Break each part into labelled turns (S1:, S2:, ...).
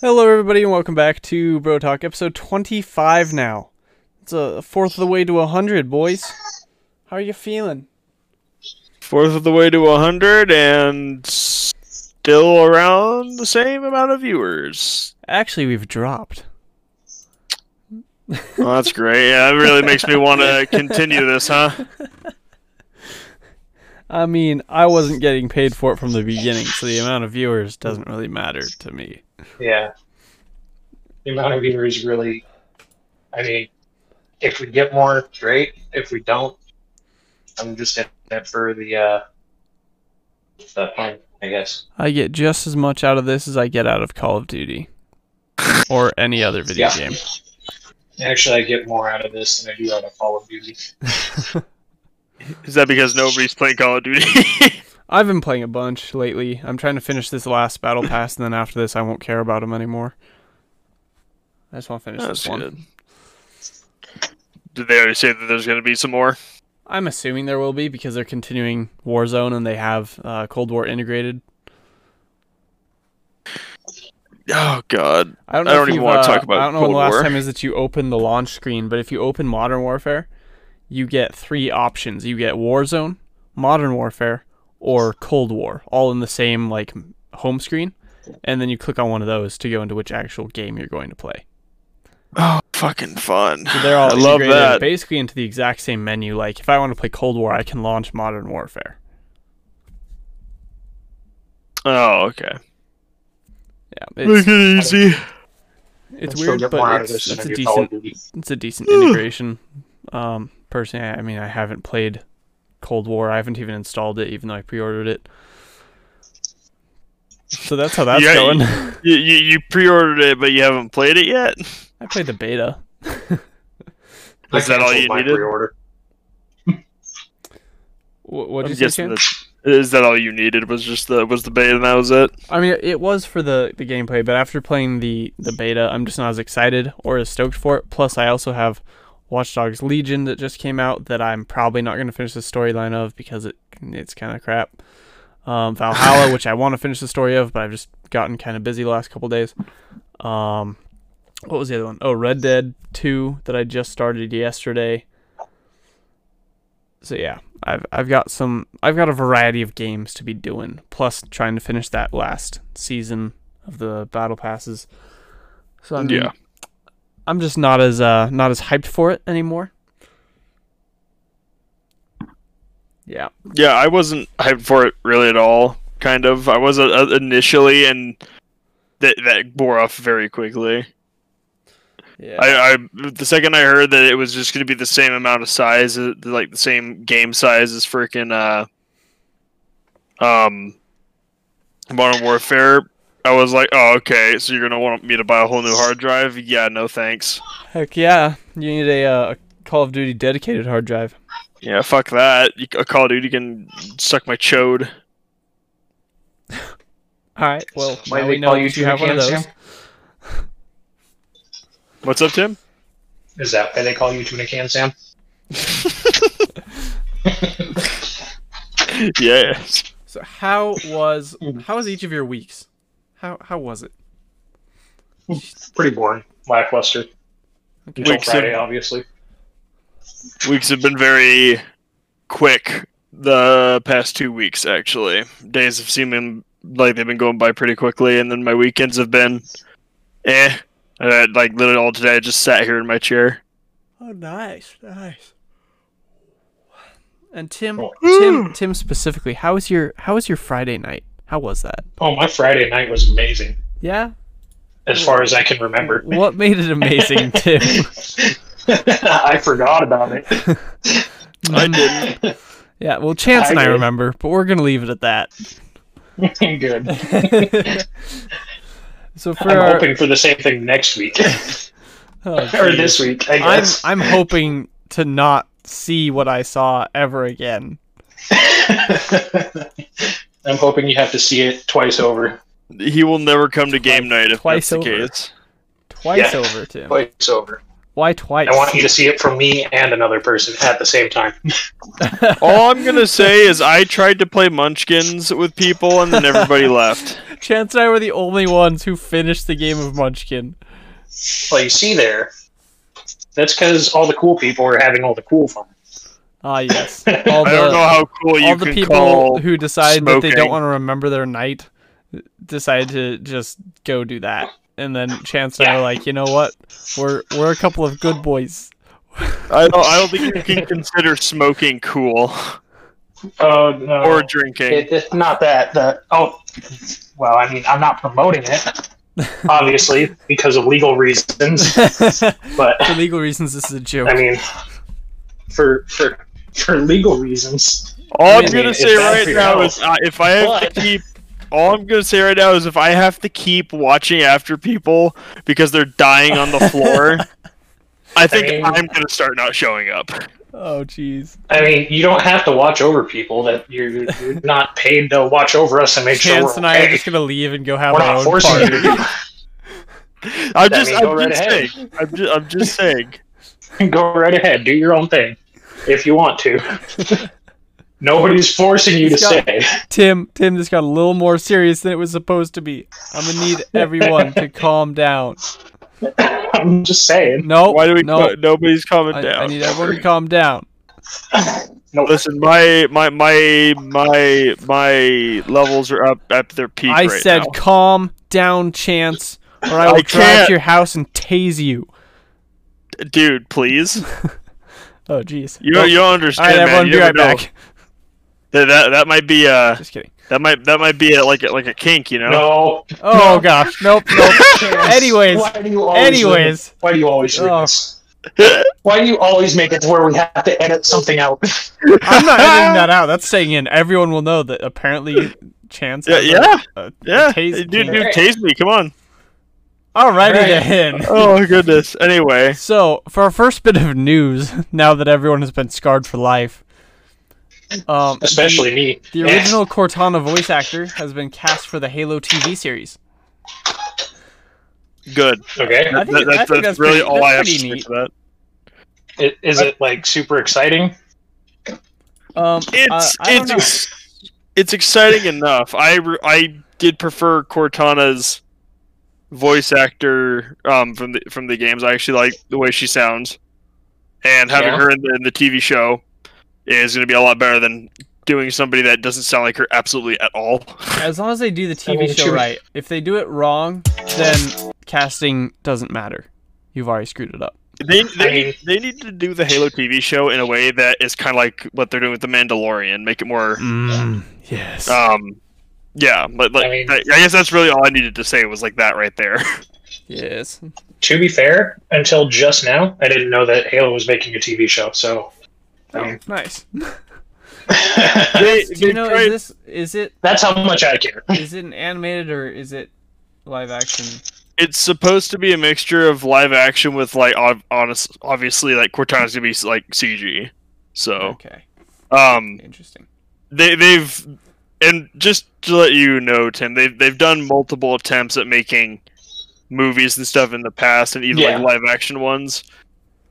S1: Hello, everybody, and welcome back to Bro Talk, episode 25 now. It's a fourth of the way to 100, boys. How are you feeling?
S2: Fourth of the way to 100 and still around the same amount of viewers.
S1: Actually, we've dropped.
S2: Well, that's great. Yeah, that really makes me want to continue this, huh?
S1: I mean, I wasn't getting paid for it from the beginning, so the amount of viewers doesn't really matter to me.
S3: Yeah. The amount of viewers really, I mean, if we get more, great. If we don't, I'm just in it for the, uh, the fun, I guess.
S1: I get just as much out of this as I get out of Call of Duty or any other video
S3: Yeah.
S1: game.
S3: Actually, I get more out of this than I do out of Call of Duty.
S2: Is that because nobody's playing Call of Duty?
S1: I've been playing a bunch lately. I'm trying to finish this last battle pass, and then after this, I won't care about them anymore. I just want to finish
S2: that's
S1: this one.
S2: good. Did they already say that there's going to be some more?
S1: I'm assuming there will be because they're continuing Warzone and they have uh, Cold War integrated.
S2: Oh, God.
S1: I don't,
S2: I
S1: know
S2: don't
S1: if
S2: even
S1: you've,
S2: wanna
S1: uh,
S2: talk about
S1: I don't know when
S2: Cold
S1: the last
S2: War.
S1: time is that you open the launch screen, but if you open Modern Warfare, you get three options. You get Warzone, Modern Warfare, or Cold War, all in the same like m- home screen, and then you click on one of those to go into which actual game you're going to play.
S2: Oh, fucking fun.
S1: So they're all
S2: I love
S1: integrated
S2: that.
S1: basically into the exact same menu. Like if I want to play Cold War, I can launch Modern Warfare.
S2: Oh, okay.
S1: Yeah, it's,
S2: it easy.
S1: it's
S3: I still
S1: weird,
S3: get more out
S1: but
S3: of
S1: it's,
S3: this
S1: it's a
S3: than I do Call
S1: decent
S3: of Duty.
S1: it's a decent integration. Um, personally, I I mean, I haven't played Cold War. I haven't even installed it, even though I pre-ordered it. So that's how that's
S2: Yeah,
S1: going.
S2: you- You, you, you pre-ordered it, but you haven't played it yet?
S1: I played the beta.
S3: I
S2: Is that all
S3: canceled
S2: you
S3: my
S2: needed?
S3: pre-order.
S1: What
S2: I'm
S1: did you
S2: guessing
S1: say? Chan?
S2: that's- is that all you needed? Was just the was the bait and that was it?
S1: I mean, it was for the the gameplay, but after playing the the beta, I'm just not as excited or as stoked for it. Plus, I also have Watch Dogs Legion that just came out that I'm probably not going to finish the storyline of because it it's kind of crap. Um, Valhalla, which I want to finish the story of, but I've just gotten kind of busy the last couple days. Um, what was the other one? Oh, Red Dead Two that I just started yesterday. So yeah, I've I've got some I've got a variety of games to be doing, plus trying to finish that last season of the battle passes. So I'm
S2: Yeah.
S1: I'm just not as uh not as hyped for it anymore. Yeah.
S2: Yeah, I wasn't hyped for it really at all. Kind of, I was uh, initially, and that that bore off very quickly.
S1: Yeah.
S2: I, I the second I heard that it was just going to be the same amount of size, uh, like the same game size as freaking uh, um, Modern Warfare. I was like, oh, okay, so you're gonna want me to buy a whole new hard drive? Yeah, no thanks.
S1: Heck yeah. You need a uh, Call of Duty dedicated hard drive.
S2: Yeah, fuck that. You, a Call of Duty can suck my chode.
S1: All right. Well,
S3: Why
S1: now
S3: do they
S1: we know
S3: call you
S1: that you have one of
S3: Toucan,
S1: those.
S3: Sam?
S2: What's up, Tim?
S3: Is that why they call you Tuna Can, Sam?
S2: yes.
S1: So how was
S3: Hmm.
S1: how was each of your weeks? How how was it?
S3: Pretty boring. Lackluster.
S1: Okay.
S3: Until
S2: Weeks of-
S3: Friday, obviously.
S2: weeks have been very quick the past two weeks actually days have seemed like they've been going by pretty quickly and then my weekends have been eh uh, like literally all today i just sat here in my chair
S1: Oh, nice, nice. And Tim,
S3: Oh.
S1: Tim, Tim specifically, how was your how was your Friday night? How was that?
S3: Oh, my Friday night was amazing,
S1: Yeah.
S3: as far as I can remember.
S1: What made it amazing, Tim?
S3: I forgot about it.
S2: i didn't
S1: Yeah. Well, Chance and I
S3: I did.
S1: remember, but we're gonna leave it at
S3: Good.
S1: that. so for
S3: I'm
S1: our,
S3: hoping for the same thing next week
S1: oh,
S3: or
S1: geez.
S3: this week. I
S1: I'm
S3: guess.
S1: I'm hoping to not see what I saw ever again.
S3: I'm, hoping you have to see it twice over.
S2: he will never come to game night if
S1: Twice
S2: that's the
S1: over.
S2: case
S1: Twice
S3: Yeah.
S1: over, Tim.
S3: Twice over.
S1: Why twice?
S3: I want you to see it from me and another person at the same time.
S2: All I'm gonna say is I tried to play Munchkins with people, and then everybody left.
S1: Chance and I were the only ones who finished the game of Munchkin.
S3: Well, you see there, that's because all the cool people are having all the cool fun.
S1: Ah, yes. All the,
S2: I don't know how cool you
S1: all the
S2: can
S1: people
S2: call.
S1: who decide that they don't
S2: smoking.
S1: want to remember their night decide to just go do that. And then Chance and I
S3: Yeah.
S1: are like, you know what? We're we're a couple of good boys.
S2: I don't. I don't think you can consider smoking cool
S3: Oh no!
S2: or drinking.
S3: It, it's not that. The oh, well, I mean, I'm not promoting it, obviously, because of legal reasons.
S1: For
S3: But
S1: legal reasons, this is a
S3: I
S1: joke.
S3: mean, for for for legal reasons,
S2: All I'm
S3: I mean,
S2: gonna
S3: it's
S2: say
S3: bad
S2: right
S3: for your
S2: now
S3: health,
S2: is uh, if I have
S3: but-
S2: to keep. All I'm gonna say right now is if I have to keep watching after people because they're dying on the floor, I think
S3: mean-
S2: I'm gonna start not showing up.
S1: Oh, jeez.
S3: I mean, you don't have to watch over people. That you're, you're not paid to watch over us and make
S1: Chance
S3: sure
S1: and
S3: we're
S1: I are
S3: okay.
S1: just gonna leave and go have
S3: We're
S1: our
S3: not
S1: own
S3: forcing
S1: party.
S3: you
S2: I'm
S3: That
S2: just,
S3: means go
S2: I'm
S3: right
S2: just
S3: ahead.
S2: saying. I'm just, I'm just saying.
S3: to go right ahead. Do your own thing if you want to. Nobody's forcing you to
S1: He's got-
S3: stay.
S1: Tim, Tim, this got a little more serious than it was supposed to be. I'm gonna need everyone to calm down.
S3: I'm just saying.
S1: No,
S2: Why do we?
S1: Oh, no.
S2: nobody's calming
S1: I,
S2: down.
S1: I need everyone to calm down.
S3: No,
S2: Listen, my my my my my levels are up at their peak.
S1: I
S2: right
S1: said
S2: now.
S1: calm down, Chance, or I
S2: I
S1: will drive
S2: can't.
S1: to your house and tase you.
S2: dude, please.
S1: Oh, jeez.
S2: You
S1: Nope.
S2: you don't
S1: All
S2: understand,
S1: right,
S2: man.
S1: everyone,
S2: You
S1: be right
S2: never know.
S1: back.
S2: That, that that might be uh
S1: Just kidding.
S2: that might that might be a, like a, like a kink, you know.
S3: no.
S1: Oh gosh, nope, nope. Anyways,
S3: Why do you always do
S1: anyways.
S3: this? why do you always do
S1: Oh.
S3: this? Why do you always make it to where we have to edit something out?
S1: I'm not editing that out. That's staying in. Everyone will know that apparently Chance.
S2: Yeah,
S1: has a-
S2: yeah,
S1: a- a
S2: yeah.
S1: tase
S2: dude,
S1: kink.
S2: dude, tase me. Come on.
S1: Alrighty
S3: Right.
S1: then.
S2: Oh goodness. Anyway,
S1: So, for our first bit of news, now that everyone has been scarred for life, um,
S3: Especially me.
S1: the original Cortana voice actor has been cast for the Halo TV series.
S2: good.
S3: Okay.
S1: I think-
S2: That-
S1: I
S2: that's,
S1: think that's
S2: that's really
S1: pretty-
S2: all
S1: that's
S2: I have to
S1: pretty
S2: say
S1: neat.
S2: for that.
S3: I- Is it like super exciting?
S1: Um,
S2: It's
S1: I don't
S2: it's
S1: know.
S2: ex- it's exciting enough. I re- I did prefer Cortana's voice actor um from the from the games. I actually like the way she sounds, and having
S3: Yeah.
S2: her in the, in the TV show is going to be a lot better than doing somebody that doesn't sound like her absolutely at all.
S1: As long as they do the TV
S3: mean,
S1: show
S3: sure.
S1: right. If they do it wrong, then casting doesn't matter. You've already screwed it up.
S2: They,
S3: I
S2: they,
S3: mean-
S2: they need to do the Halo TV show in a way that is kind of like what they're doing with the Mandalorian, make it more
S1: Mm, yes.
S2: um yeah, but like
S3: I mean-
S2: I, I guess that's really all I needed to say was like that right there.
S1: yes.
S3: To be fair, until just now, I didn't know that Halo was making a TV show. So, I mean,
S1: Oh, Nice.
S2: they,
S1: Do you know
S2: tried-
S1: is this is it
S3: that's how much I care.
S1: is it an animated or is it live action?
S2: it's supposed to be a mixture of live action with like ob- honest, obviously like Cortana's gonna be like CG. So
S1: Okay.
S2: Oh, um,
S1: Interesting.
S2: they they've and just to let you know, Tim, they've they've done multiple attempts at making movies and stuff in the past, and even
S3: Yeah.
S2: like live action ones.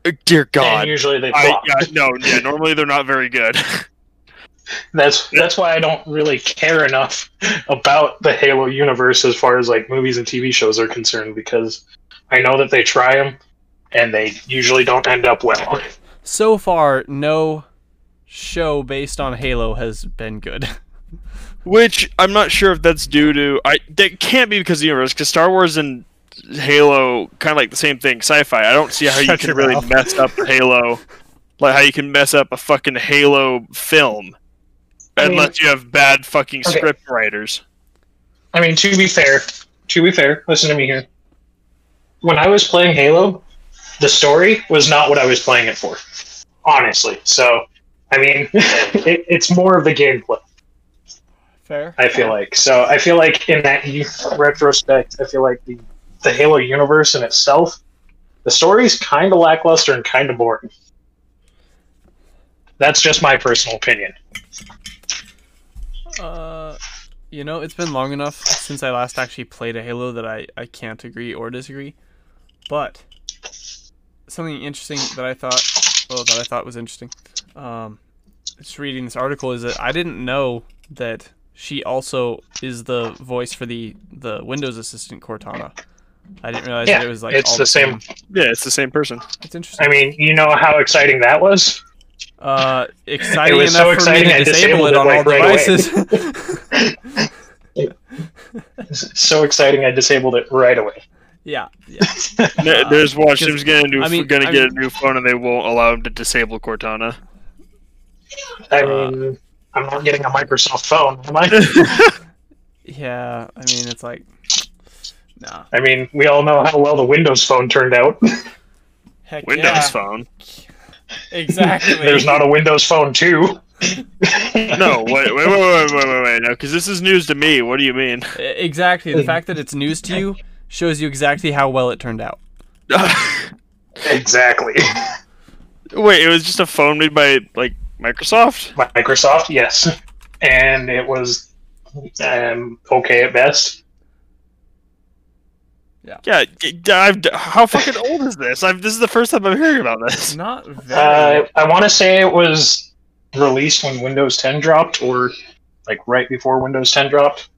S2: Uh, Dear
S3: And
S2: God,
S3: usually they
S2: I,
S3: flop.
S2: yeah, no, yeah. Normally they're not very good.
S3: That's that's why I don't really care enough about the Halo universe as far as like movies and TV shows are concerned because I know that they try them and they usually don't end up well.
S1: So far, no show based on Halo has been good.
S2: Which I'm not sure if that's due to I that can't be because of the universe because Star Wars and Halo kind of like the same thing sci-fi. I don't see how you
S1: Shut
S2: can
S1: your
S2: really
S1: mouth.
S2: mess up Halo, like how you can mess up a fucking Halo film
S3: I mean-
S2: unless you have bad fucking
S3: Okay.
S2: script writers.
S3: I mean, to be fair, to be fair, listen to me here. When I was playing Halo, the story was not what I was playing it for, honestly. So, I mean, it, it's more of the gameplay.
S1: Fair.
S3: I feel like so. I feel like in that u- retrospect, I feel like the the Halo universe in itself, the story's kind of lackluster and kind of boring. That's just my personal opinion.
S1: Uh, you know, it's been long enough since I last actually played a Halo that I, I can't agree or disagree. But something interesting that I thought, well, that I thought was interesting. Um, just reading this article is that I didn't know that she also is the voice for the the Windows Assistant Cortana. I didn't realize
S3: Yeah,
S1: that it was like
S3: it's
S1: all
S3: the same.
S2: Yeah, it's the same person.
S1: It's interesting.
S3: I mean, you know how exciting that was.
S1: Uh, exciting
S3: was
S1: enough
S3: so exciting
S1: for me
S3: I
S1: to disable
S3: disabled
S1: it
S3: it,
S1: on
S3: like,
S1: all
S3: right away.
S1: devices.
S3: So exciting, I disabled it right away.
S1: yeah, yeah.
S2: No,
S1: Uh,
S2: There's Washington's
S1: 'cause-
S2: gonna do.
S1: I mean-
S2: gonna
S1: I
S2: get
S1: mean-
S2: a new phone, and they won't allow him to disable Cortana.
S3: I
S1: Uh,
S3: mean, I'm not getting a Microsoft phone, am I?
S1: Yeah, I mean, it's like, nah.
S3: I mean, we all know how well the Windows phone turned out.
S1: Heck
S2: Windows
S1: yeah.
S2: phone.
S1: Exactly.
S3: There's not a Windows phone two.
S2: No, wait, wait, wait, wait, wait, wait, wait. No, because this is news to me. What do you mean?
S1: E- Exactly. The fact that it's news to you shows you exactly how well it turned out.
S3: Exactly.
S2: wait, it was just a phone made by like Microsoft.
S3: Microsoft, yes. And it was um, okay at best.
S2: Yeah, d- I've, d- how fucking old is this? I've, this is the first time I'm hearing about
S1: It's
S2: this.
S1: Not very.
S3: Uh, I want to say it was released when Windows 10 dropped, or like right before Windows 10 dropped.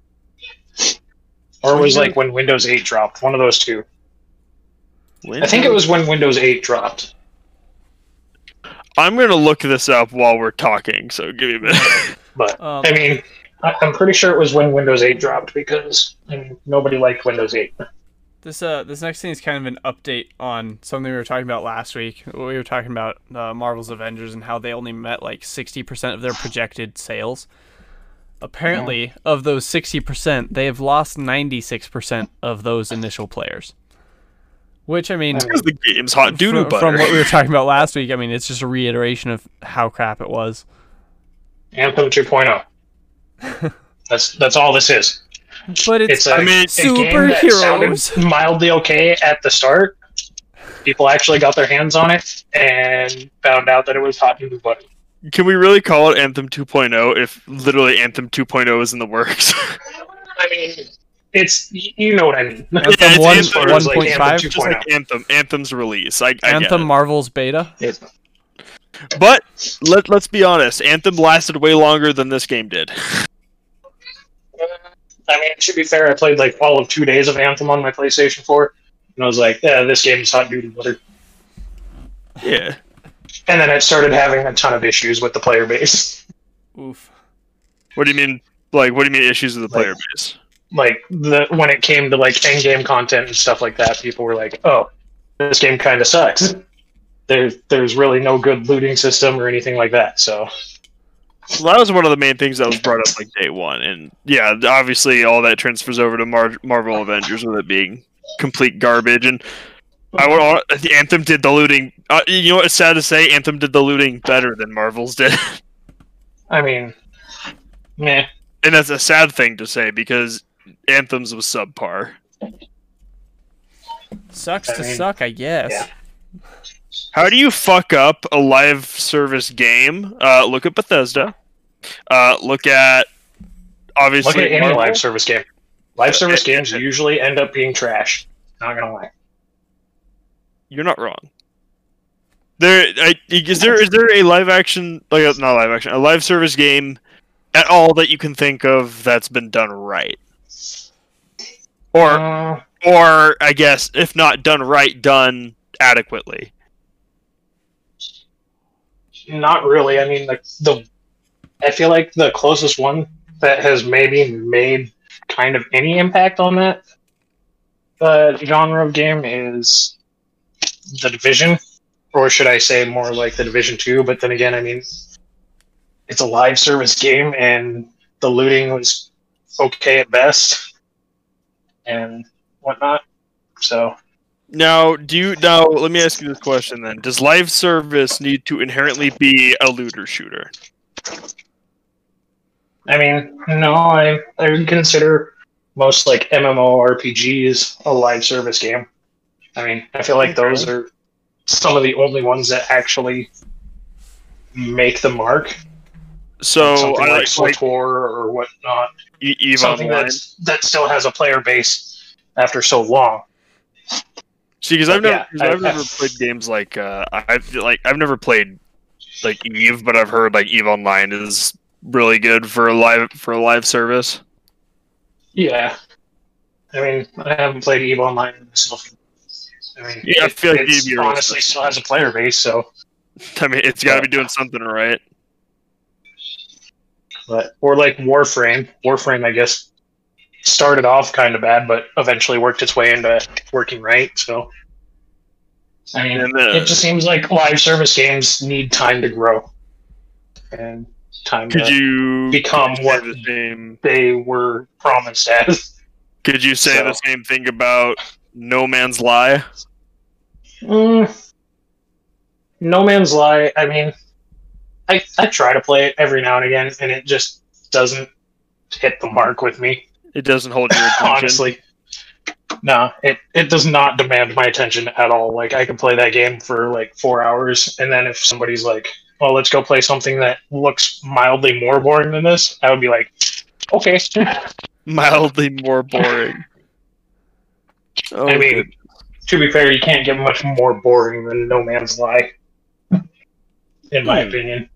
S3: Or it was like when Windows 8 dropped, one of those two. I think it was when Windows 8 dropped.
S2: I'm gonna look this up while we're talking. So give me a minute.
S3: But
S1: um,
S3: I mean, I- I'm pretty sure it was when Windows 8 dropped because I mean, nobody liked Windows 8.
S1: this uh, this next thing is kind of an update on something we were talking about last week. We were talking about uh, Marvel's Avengers and how they only met like sixty percent of their projected sales. Apparently, of those sixty percent, they have lost ninety-six percent of those initial players. Which I mean,
S2: Because the game's hot doo doo
S1: from, from
S2: butter.
S1: what we were talking about last week, I mean, it's just a reiteration of how crap it was.
S3: Anthem 2.0. that's that's all this is.
S1: But it's,
S3: It's a,
S2: I mean-
S3: a game that
S1: superheroes.
S3: sounded mildly okay at the start. People actually got their hands on it and found out that it was hot new butter.
S2: Can we really call it Anthem 2.0 if literally Anthem 2.0 is in the works?
S3: I mean, it's y- you know what I mean.
S1: Anthem
S2: it's-
S1: one-
S2: it's sort of
S3: like
S1: 1.5,
S3: Anthem
S2: Just like
S3: 2.0.
S2: Anthem, Anthem's release. I, I get
S1: Anthem Marvel's beta.
S3: It's-
S2: it. But let let's be honest, Anthem lasted way longer than this game did.
S3: I mean, to be fair, I played like all of two days of Anthem on my PlayStation 4, and I was like, "Yeah, this game is hot new butter."
S2: Yeah.
S3: And then it started having a ton of issues with the player base.
S1: Oof.
S2: What do you mean? Like, what do you mean issues with the
S3: Like-
S2: player base?
S3: like the when it came to like end game content and stuff like that, people were like, "Oh, this game kind of sucks." There's there's really no good looting system or anything like that. So
S2: Well, that was one of the main things that was brought up like day one, and yeah, obviously all that transfers over to Mar- Marvel Avengers with it being complete garbage. And I would, all- Anthem did the looting. Uh, you know what? It's sad to say, Anthem did the looting better than Marvel's did.
S3: I mean, meh.
S2: and that's a sad thing to say because Anthem's was subpar.
S1: Sucks
S3: I
S1: to
S3: mean,
S1: suck, I guess.
S3: yeah.
S2: How do you fuck up a live service game? Uh, look at Bethesda. Uh, look at
S3: Look
S2: obviously
S3: at any
S2: Marvel.
S3: live service game. Live service
S2: Yeah, yeah,
S3: games
S2: yeah.
S3: usually end up being trash. Not gonna lie.
S2: You're not wrong. There I, is there is there a live action like uh, not live action a live service game at all that you can think of that's been done right? Or
S3: Uh,
S2: or I guess if not done right, done adequately.
S3: not really. I mean, like the I feel like the closest one that has maybe made kind of any impact on that uh, genre of game is the Division, or should I say more like the Division Two? But then again, I mean, it's a live service game, and the looting was okay at best, and whatnot. So
S2: Now, do you now? Let me ask you this question then: Does live service need to inherently be a looter shooter?
S3: I mean, no, I I would consider most like MMORPGs a live service game. I mean, I feel like those are some of the only ones that actually make the mark.
S2: So,
S3: something
S2: I
S3: like
S2: like, like
S3: Sotor or whatnot.
S2: E- Eve
S3: Something
S2: Online.
S3: that's that still has a player base after so long.
S2: See, because I've
S3: But
S2: never,
S3: yeah,
S2: 'cause
S3: I-
S2: I've
S3: I-
S2: never played games like uh, I've like I've never played like Eve, but I've heard like Eve Online is really good for a live for a live service.
S3: Yeah. I mean, I haven't played EVE Online myself. I mean,
S2: Yeah, I
S3: it-
S2: feel like
S3: it's
S2: EVE
S3: honestly
S2: is-
S3: still has a player base, so.
S2: I mean, it's got to be doing something right.
S3: But or like Warframe. Warframe, I guess, started off kind of bad, but eventually worked its way into working right. So. I mean,
S2: And then,
S3: it just seems like live service games need time to grow and time
S2: could
S3: to
S2: you
S3: become
S2: could you say
S3: what-
S2: the same?
S3: they were promised as.
S2: Could you say the
S3: So-
S2: same thing about No Man's Lie?
S3: Mm, no Man's Lie. I mean, I I try to play it every now and again, and it just doesn't hit the mark with me.
S2: It doesn't hold your attention.
S3: Honestly, no, it it does not demand my attention at all. Like I can play that game for like four hours, and then if somebody's like, "Well, let's go play something that looks mildly more boring than this," I would be like, "Okay."
S2: mildly more boring. Oh,
S3: I mean,
S2: good.
S3: to be fair, you can't get much more boring than No Man's Lie, in my
S4: Hmm.
S3: opinion.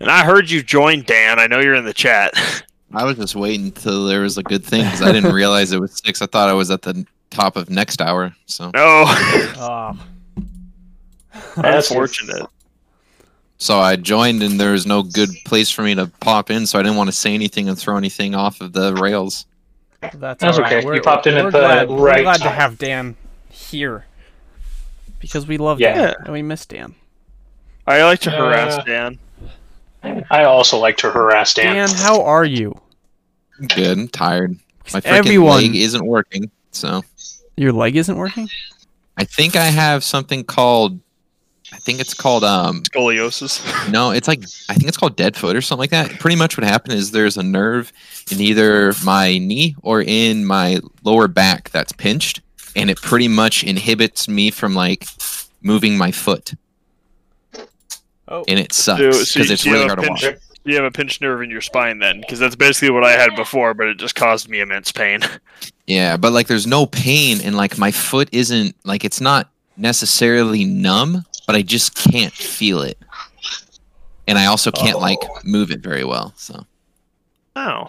S2: and I heard you joined Dan. I know you're in the chat.
S4: I was just waiting till there was a good thing because I didn't realize it was six. I thought I was at the top of next hour. So,
S2: No,
S1: Ah.
S3: That's-
S2: unfortunate.
S4: so I joined and there was no good place for me to pop in, so I didn't want to say anything and throw anything off of the rails.
S1: That's,
S3: That's
S1: all right.
S3: okay. You popped in at the
S1: glad, We're
S3: right
S1: glad to
S3: time.
S1: have Dan here because we love
S3: Yeah.
S1: Dan and we miss Dan.
S2: I like to harass
S3: Uh,
S2: Dan.
S3: I also like to harass Dan.
S1: Dan, how are you?
S4: Good, I'm tired. My freaking
S1: Everyone,
S4: leg isn't working. So
S1: your leg isn't working.
S4: I think I have something called. I think it's called um
S2: Scoliosis.
S4: No, it's like I think it's called dead foot or something like that. Pretty much what happened is there's a nerve in either my knee or in my lower back that's pinched, and it pretty much inhibits me from like moving my foot,
S1: Oh,
S4: and it sucks
S2: So-
S4: because
S2: so
S4: it's
S2: you
S4: really
S2: have
S4: hard to walk.
S2: pinched- You have a pinched nerve in your spine then, because that's basically what I had before, but it just caused me immense pain.
S4: Yeah, but like there's no pain, and like my foot isn't like it's not necessarily numb, but I just can't feel it, and I also can't like move it very well. So
S2: Oh,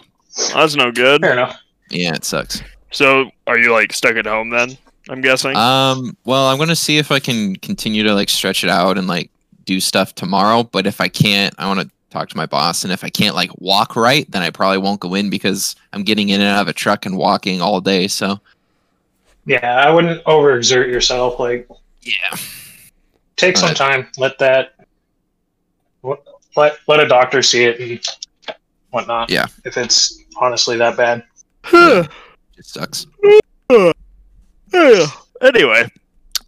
S2: that's no good.
S3: Fair enough.
S4: yeah, it sucks.
S2: So, are you like stuck at home then? I'm guessing.
S4: Um, well, I'm gonna see if I can continue to like stretch it out and like do stuff tomorrow. But if I can't, I want to talk to my boss. And if I can't like walk right, then I probably won't go in because I'm getting in and out of a truck and walking all day. So
S3: Yeah, I wouldn't overexert yourself. Like,
S4: yeah,
S3: take some
S4: Alright.
S3: time. Let that. Let let a doctor see it and whatnot.
S4: Yeah.
S3: If it's honestly that bad.
S4: Uh, it sucks.
S2: anyway,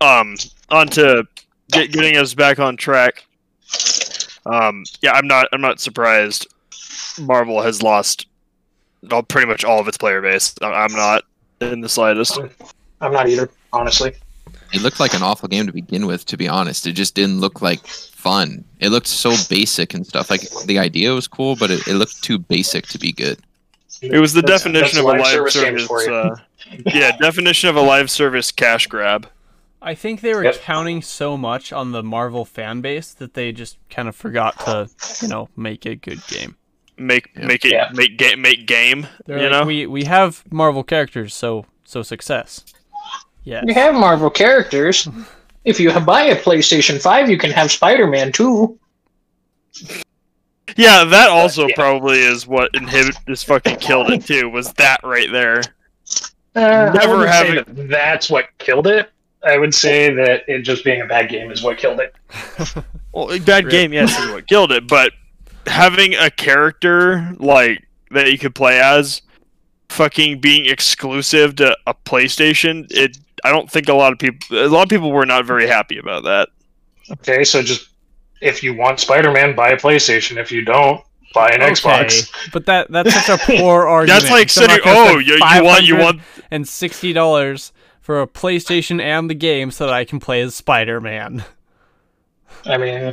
S2: um, on to get, getting us back on track. Um, yeah, I'm not. I'm not surprised. Marvel has lost all, pretty much all of its player base. I- I'm not in the slightest.
S3: I'm not either, honestly.
S4: It looked like an awful game to begin with. To be honest, it just didn't look like fun. It looked so basic and stuff. Like the idea was cool, but it, it looked too basic to be good.
S2: It was the
S3: That's-
S2: definition
S3: that's
S2: of a
S3: live
S2: live
S3: service
S2: service.
S3: games for you.
S2: uh, yeah, definition of a live service cash grab.
S1: I think they were
S3: Yep.
S1: counting so much on the Marvel fan base that they just kind of forgot to, you know, make a good game.
S2: Make
S4: Yeah.
S2: make it
S3: Yeah.
S2: make ga- make game.
S1: They're
S2: you
S1: like,
S2: know,
S1: we we have Marvel characters, so so success. Yeah.
S3: You have Marvel characters. If you buy a PlayStation 5, you can have Spider Man too.
S2: yeah, that also
S3: yeah.
S2: probably is what inhibit this fucking killed it too. Was that right there?
S3: Uh, I
S2: Never
S3: wouldn't
S2: have
S3: say
S2: it-
S3: that that's what killed it. I would say that it just being a bad game is what killed it.
S2: Well, a bad
S1: Rip.
S2: game, yes, is what killed it. But having a character like that you could play as, fucking being exclusive to a PlayStation, it. I don't think a lot of people. A lot of people were not very happy about that.
S3: Okay, so just if you want Spider Man, buy a PlayStation. If you don't, buy an Xbox.
S1: Okay, But that that's such a poor argument.
S2: That's like
S1: Someone
S2: saying,
S1: could
S2: "Oh,
S1: spend
S2: you, you want you
S1: 500
S2: want
S1: and sixty dollars for a PlayStation and the game so that I can play as Spider Man.
S3: I mean,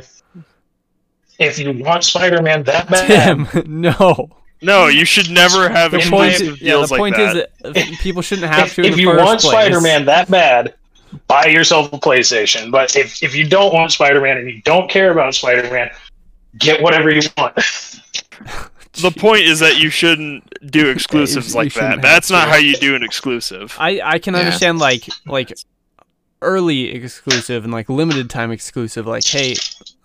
S3: if you want Spider Man that bad,
S1: Tim, no.
S2: no. You should never have
S1: The
S3: In
S1: point,
S2: exclusive
S1: yeah, the
S2: deals like
S1: point
S2: that.
S1: is that uh, people shouldn't have
S3: if,
S1: to. in
S3: if
S1: the
S3: you
S1: first
S3: want
S1: place.
S3: Spider Man that bad, buy yourself a PlayStation. But if, if you don't want Spider Man and you don't care about Spider Man, get whatever you want.
S5: The point is that you shouldn't do exclusives
S1: you
S5: like that.
S1: shouldn't
S5: That's
S1: have
S5: not
S1: to.
S5: how you do an exclusive.
S1: I I can
S4: Yeah.
S1: understand like like early exclusive and like limited time exclusive. Like hey,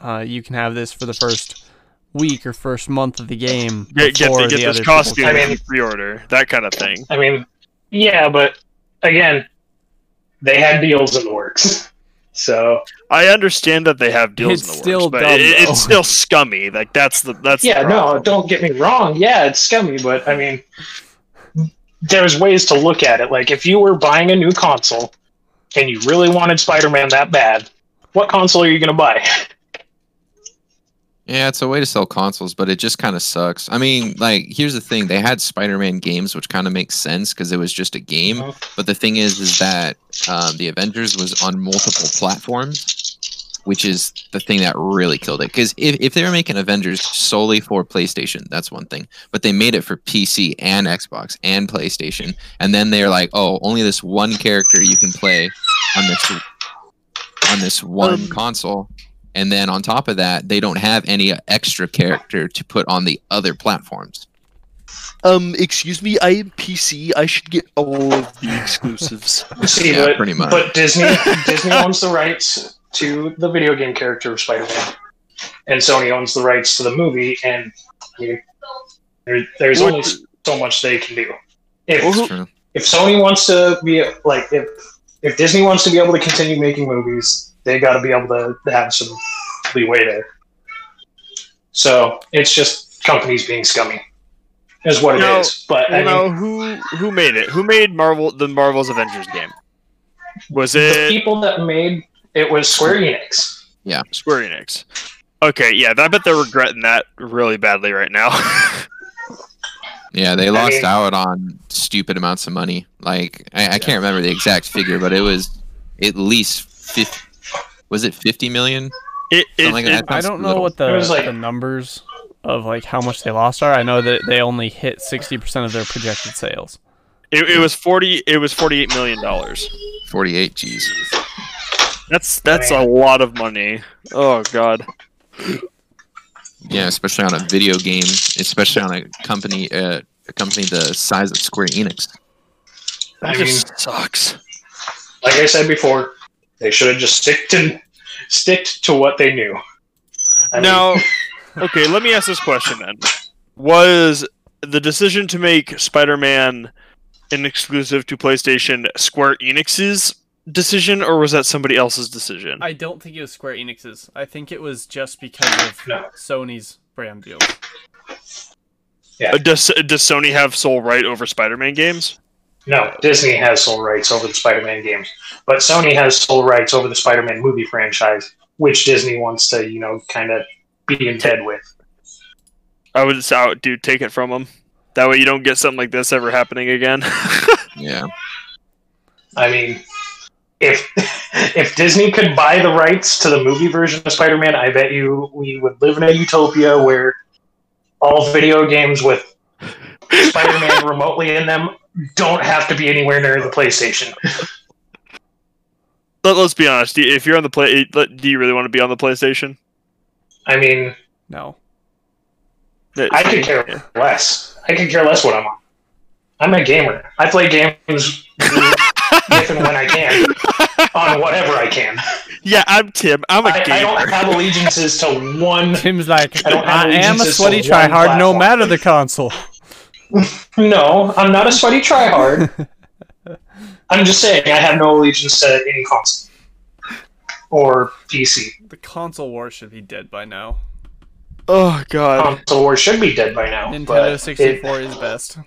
S1: uh, you can have this for the first week or first month of the game
S5: Get, get,
S1: before
S5: the,
S1: the
S5: get this
S1: other people
S5: costume
S1: can.
S3: I mean-
S5: and pre-order, that kind of thing.
S3: I mean, yeah, but again, they had deals in the works. So
S5: I understand that they have deals
S1: It's
S5: in the
S1: still
S5: works, but
S1: dumb,
S5: it-
S1: though.
S5: it's still scummy. Like that's the that's
S3: yeah,
S5: the
S3: no,
S5: problem.
S3: don't get me wrong. Yeah, it's scummy, but I mean, there's ways to look at it. Like if you were buying a new console and you really wanted Spider Man that bad, what console are you going to buy?
S4: Yeah, it's a way to sell consoles, but it just kind of sucks. I mean, like, here's the thing: they had Spider-Man games, which kind of makes sense because it was just a game. But the thing is, is that um, the Avengers was on multiple platforms, which is the thing that really killed it. Because if, if they were making Avengers solely for PlayStation, that's one thing. But they made it for PC and Xbox and PlayStation, and then they're like, oh, only this one character you can play on this on this one
S5: Um,
S4: console. And then on top of that, they don't have any extra character to put on the other platforms.
S5: Um, excuse me, I am PC. I should get all of the exclusives.
S3: See,
S4: Yeah,
S3: but,
S4: pretty much.
S3: but Disney Disney owns the rights to the video game character of Spider-Man, and Sony owns the rights to the movie. And I mean, there, there's
S5: Well,
S3: only so much they can do. If
S5: Well, who-
S4: It's true.
S3: if Sony wants to be like if if Disney wants to be able to continue making movies, they got to be able to have some leeway there. So it's just companies being scummy, is what
S5: No,
S3: it is. But I
S5: you
S3: mean,
S5: know who who made it? Who made Marvel the Marvel's Avengers game? Was
S3: the
S5: it
S3: people that made it was Square Enix.
S5: Square Enix? Okay, yeah, I bet they're regretting that really badly right now.
S4: Yeah, they lost
S3: mean-
S4: out on stupid amounts of money. Like I, I can't remember the exact figure, but it was at least 50, was it fifty million?
S5: it, it,
S4: Something like
S5: it-
S4: that.
S1: I
S4: That's
S1: don't know
S4: little.
S1: what the,
S3: It was like-
S1: the numbers of like how much they lost are. I know that they only hit sixty percent of their projected sales.
S5: it, it was forty. It was forty-eight million dollars.
S4: Forty-eight. Jeez.
S5: That's that's a lot of money. Oh God.
S4: Yeah, especially on a video game, especially on a company, uh, a company the size of Square Enix.
S5: That
S3: I
S5: just sucks.
S3: like I said before, they should have just stick to stick to what they knew. I mean,
S5: now, okay, let me ask this question then. Was the decision to make Spider Man an exclusive to PlayStation Square Enix's decision, or was that somebody else's decision?
S1: I don't think it was Square Enix's. I think it was just because of
S3: No.
S1: Sony's brand deal.
S5: Uh, does, does Sony have sole right over Spider Man games?
S3: no, Disney has sole rights over the Spider-Man games, but Sony has sole rights over the Spider-Man movie franchise, which Disney wants to, you know, kind of be in bed with.
S5: I would just out, dude, take it from them. That way you don't get something like this ever happening again.
S4: Yeah,
S3: I mean, if if Disney could buy the rights to the movie version of Spider-Man, I bet you we would live in a utopia where all video games with Spider-Man remotely in them don't have to be anywhere near the PlayStation.
S5: Let, us be honest. do- If you're on the play, let- do you really want to be on the PlayStation?
S3: I mean,
S1: No.
S3: I could care less. I could care less what I'm on. I'm a gamer. I play games if and when I can, on whatever I can.
S5: Yeah, I'm Tim. I'm a
S3: I, I
S5: gamer.
S3: don't have allegiances to one.
S1: Tim's like,
S3: I don't have
S1: I am a
S3: allegiances to
S1: sweaty
S3: one
S1: tryhard no
S3: platform."
S1: matter the console.
S3: No, I'm not a sweaty tryhard. I'm just saying I have no allegiance to any console or PC.
S1: The console war should be dead by now.
S5: Oh God.
S3: Console war should be dead by now. but
S1: Nintendo
S3: it-
S1: 64 is best.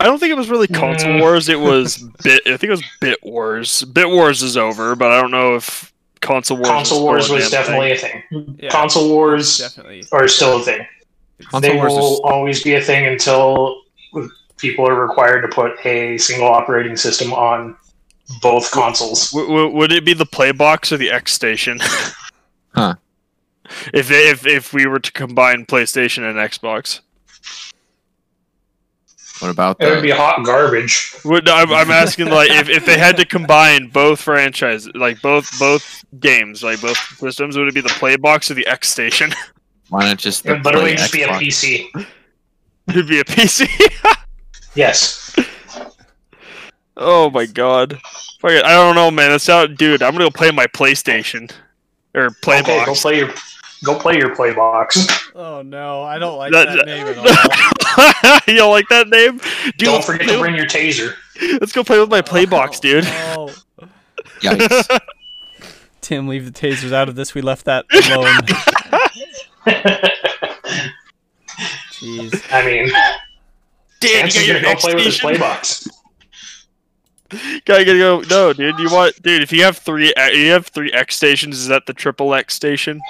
S5: I don't think it was really console
S3: Mm.
S5: wars. It was bit. I think it was bit wars. Bit wars is over, but I don't know if console wars.
S3: console
S5: is
S3: wars
S5: still a
S3: was
S5: damn thing.
S3: definitely a thing.
S1: Yeah,
S3: console wars
S1: definitely.
S3: are still a thing.
S4: console
S3: they
S4: wars.
S3: will
S4: Is,
S3: always be a thing until people are required to put a single operating system on both consoles.
S5: W- w- would it be the Playbox or the X Station?
S4: Huh.
S5: If, they, if if we were to combine PlayStation and Xbox,
S4: What about
S3: It would be
S4: that?
S3: hot garbage.
S5: Would- I'm, I'm asking like if, if they had to combine both franchises, like both both games, like both systems, would it be the play box or the X station?
S4: Why not just
S3: It
S4: the
S3: would literally
S4: play
S3: just be a
S4: Xbox?
S3: PC.
S5: It'd be a PC.
S3: Yes.
S5: oh my god. Fuck it, I don't know, man. That's out, dude. I'm gonna go play my PlayStation or play
S3: okay,
S5: box.
S3: go play your go play your play box.
S1: Oh no, I don't like
S5: That-
S1: that,
S5: that-
S1: name at all.
S5: you like that name? Dude,
S3: Don't
S5: let's
S3: forget
S5: play
S3: to bring your taser.
S5: with- let's go play with my play box,
S1: Oh,
S5: dude.
S1: no.
S4: Yikes.
S1: Tim, leave the tasers out of this. We left that alone. Jeez.
S3: I mean,
S5: Dude,
S3: Max is
S5: you
S3: gonna go
S5: got your X
S3: play with his play
S5: station.
S3: box.
S5: Gotta gotta go. No, dude, you want, dude? If you have three, uh, you have three X stations. Is that the triple X station?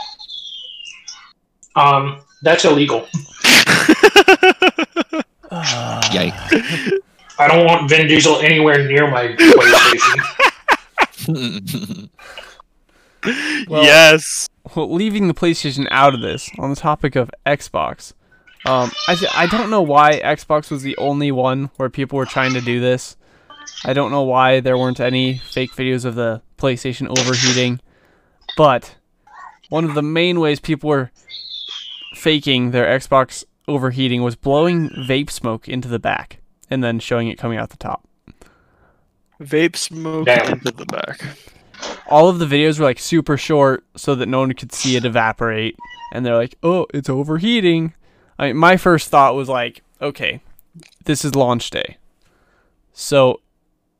S3: Um, that's illegal.
S1: Ah.
S4: Yikes.
S3: I don't want Vin Diesel anywhere near my PlayStation.
S1: Well-
S5: yes.
S1: well, leaving the PlayStation out of this, on the topic of Xbox, um, I, th- I don't know why Xbox was the only one where people were trying to do this. I don't know why there weren't any fake videos of the PlayStation overheating, but one of the main ways people were faking their Xbox overheating was blowing vape smoke into the back and then showing it coming out the top.
S5: Vape smoke
S3: Damn.
S5: into the back.
S1: all of the videos were like super short so that no one could see it evaporate and they're like oh it's overheating I mean, my first thought was like okay this is launch day so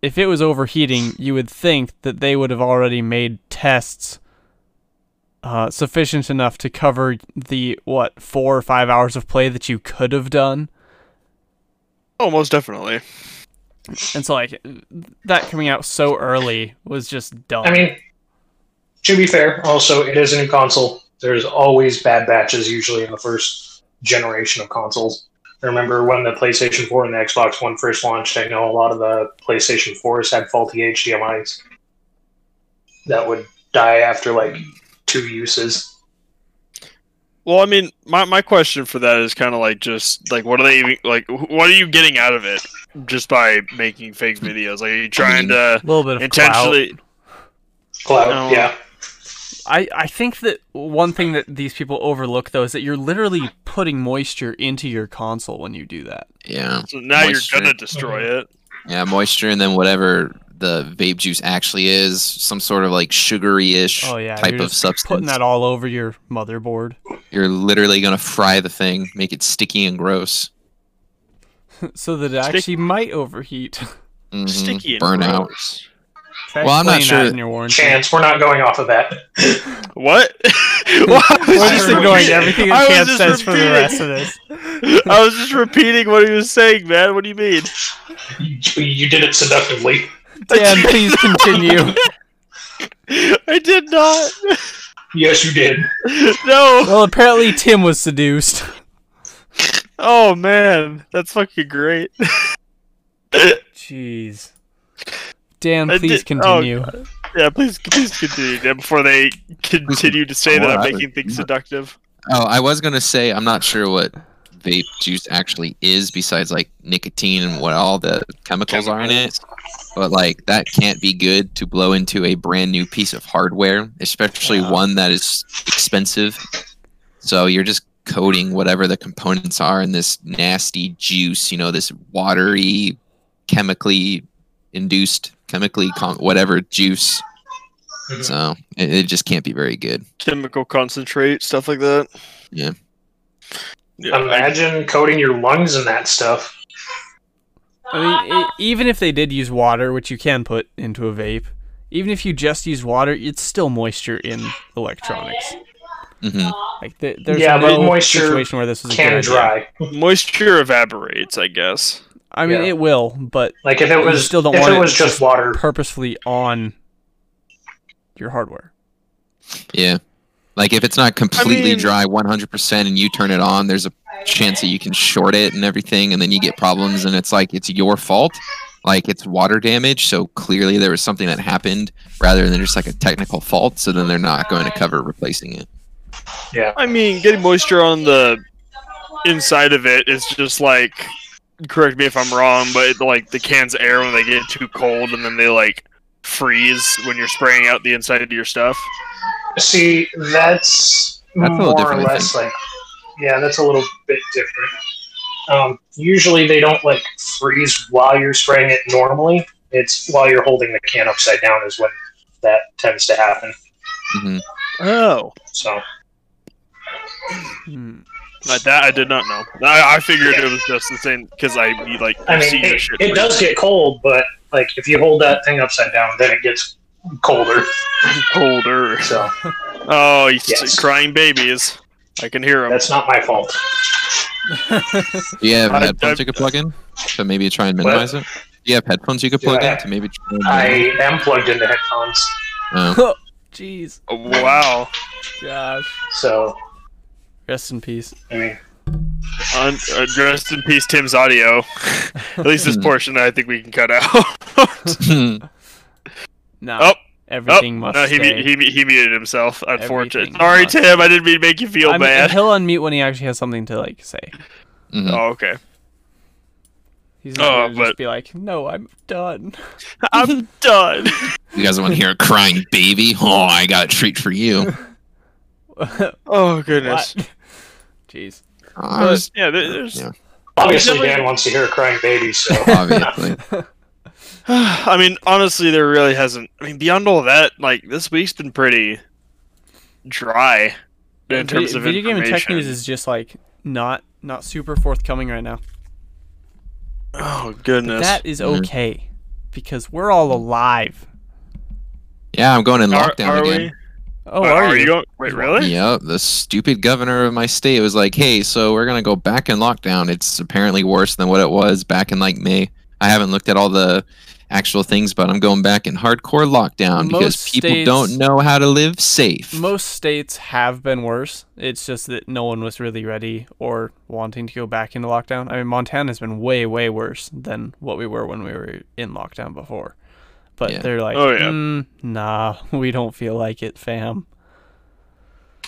S1: if it was overheating you would think that they would have already made tests uh, sufficient enough to cover the what four or five hours of play that you could have done
S5: Oh, most definitely.
S1: and so like that coming out so early was just dumb
S3: I mean, to be fair, also it is a new console. There's always bad batches usually in the first generation of consoles. I remember when the PlayStation 4 and the Xbox One first launched, I know a lot of the PlayStation 4s had faulty HDMIs that would die after like two uses.
S5: Well, I mean, my, my question for that is kind of like just like what are they even like? wh- What are you getting out of it just by making fake videos? Like, are you trying to
S1: a little bit of clout.
S5: intentionally?
S3: Cloud,
S5: No.
S3: yeah.
S1: I, I think that one thing that these people overlook though is that you're literally putting moisture into your console when you do that.
S4: yeah.
S5: So now
S4: Moisture.
S5: you're gonna destroy it.
S4: Yeah, moisture and then whatever the vape juice actually is, some sort of like sugary ish
S1: Oh yeah,
S4: type
S1: you're
S4: of
S1: just putting
S4: substance.
S1: that all over your motherboard.
S4: You're literally gonna fry the thing, make it sticky and gross.
S1: so that it
S5: Stick-
S1: actually might overheat.
S4: Mhm,
S5: Sticky and
S4: burn out.
S5: gross.
S1: Try
S4: Well, I'm not
S1: explaining that
S4: sure-
S1: in your warranty.
S3: Chance, we're not going off of that.
S5: What? Well, I was
S1: We're
S3: I
S1: just
S3: heard
S1: ignoring
S3: what you-
S1: everything that
S5: I was
S1: Chance
S5: just
S1: says for the
S5: repeating.
S1: rest of this.
S5: I was just repeating what he was saying, man. What do you mean?
S3: You, you did it seductively.
S1: Dan, please continue.
S5: I did not.
S3: Yes, you did.
S5: No.
S1: well, apparently Tim was seduced.
S5: Oh man, that's fucking great.
S1: Jeez. Dan,
S5: I
S1: please
S5: did- oh,
S1: continue.
S5: Yeah, please, please continue Dan, before they continue to say that I'm making things seductive.
S4: Oh, I was gonna say I'm not sure what vape juice actually is besides like nicotine and what all the chemicals are in it. But like that can't be good to blow into a brand new piece of hardware, especially
S1: Yeah.
S4: one that is expensive. So you're just coating whatever the components are in this nasty juice, you know, this watery, chemically induced, chemically com- whatever juice.
S3: Mhm.
S4: So it, it just can't be very good.
S5: Chemical concentrate, stuff like that.
S4: Yeah.
S5: Yeah, I-
S3: Imagine coating your lungs in that stuff.
S1: I mean, i even if they did use water, which you can put into a vape, even if you just use water, it's still moisture in electronics.
S4: hmm
S1: Like th- there's
S3: Yeah, but
S1: no
S3: moisture
S1: situation where this was a good
S3: Can
S1: idea.
S3: dry.
S5: moisture evaporates, I guess.
S1: I mean,
S3: Yeah.
S1: it will, but
S3: Like if it
S1: You
S3: was
S1: still don't
S3: if
S1: want
S3: it
S1: it
S3: was just
S1: just-
S3: water.
S1: purposefully on your hardware.
S4: Yeah. Like if it's not completely
S5: mean-
S4: dry 100% and you turn it on, there's a chance that you can short it and everything and then you get problems and it's like it's your fault. Like it's water damage, so clearly there was something that happened rather than just like a technical fault, so then they're not going to cover replacing it.
S5: I mean, getting moisture on the inside of it is just like correct me if I'm wrong, but like the cans of air when they get too cold and then they like freeze when you're spraying out the inside of your stuff.
S3: See, that's,
S4: That's a little
S3: more or
S4: different, I
S3: less like, yeah, that's a little bit different. Um, usually they don't like freeze while you're spraying it normally. It's while you're holding the can upside down is when that tends to happen.
S4: hmm
S5: Oh,
S3: So
S1: Hmm.
S5: like that I did not know. I, I figured it was just the same because I you, like
S3: I mean,
S5: see your
S3: it,
S5: shit.
S3: it does get cold, but like if you hold that thing upside down, then it gets colder.
S5: colder.
S3: So
S5: Oh, you s-
S3: Yes.
S5: crying babies. I can hear them.
S3: that's not my fault.
S4: Do you have
S5: I- I-
S4: headphones you could plug in to maybe try and minimize it? Do you have headphones you could
S3: Do I
S4: plug in
S3: have-
S4: to maybe try and
S3: I
S4: minimize it?
S3: am plugged into headphones,
S4: Oh.
S1: Jeez,
S5: Oh, Wow.
S1: gosh.
S3: so
S1: Rest in peace.
S3: I mean,
S5: Un- uh, rest in peace, Tim's audio. At least this
S4: Hmm.
S5: portion I think we can cut out.
S1: No.
S5: Oh,
S1: everything must
S5: no, he, mu-
S1: stay.
S5: he, mu- he muted himself. Unfortunate.
S1: Everything
S5: Sorry,
S1: must-
S5: Tim. I didn't mean to make you feel
S1: I mean,
S5: bad.
S1: he'll unmute when he actually has something to like say.
S4: Mhm.
S5: Oh, okay.
S1: He's not
S5: Oh,
S1: gonna
S5: but-
S1: just be like, "No, I'm done."
S5: I'm done.
S4: You guys want to hear a crying baby? Oh, I got a treat for you.
S1: what?
S5: Oh goodness.
S1: Jeez.
S4: I was-
S5: yeah, there- there's.
S4: Yeah.
S3: obviously
S5: Definitely-
S3: Dan wants to hear a crying baby, so
S4: obviously.
S5: I mean, honestly, there really hasn't. I mean, beyond all that, like this week's been pretty dry in
S1: Vi-
S5: terms of
S1: video game and tech
S5: information.
S1: news is just like not not super forthcoming right now.
S5: oh
S1: But
S5: goodness.
S1: that is
S4: Mhm.
S1: okay because we're all alive.
S4: Yeah, I'm going in
S5: are,
S4: lockdown
S5: are
S4: again.
S1: Oh,
S5: we?
S1: are, you?
S5: going? Wait, really?
S4: Yep, the stupid governor of my state was like, "Hey, so we're gonna go back in lockdown. It's apparently worse than what it was back in like May. I haven't looked at all the actual things, but I'm going back in hardcore lockdown
S1: Most
S4: because people
S1: states-
S4: don't know how to live safe."
S1: Most states have been worse. It's just that no one was really ready or wanting to go back into lockdown. I mean, Montana's been way, way worse than what we were when we were in lockdown before. But
S4: Yeah.
S1: they're like,
S5: Oh, yeah.
S1: "Mm, nah, we don't feel like it, fam.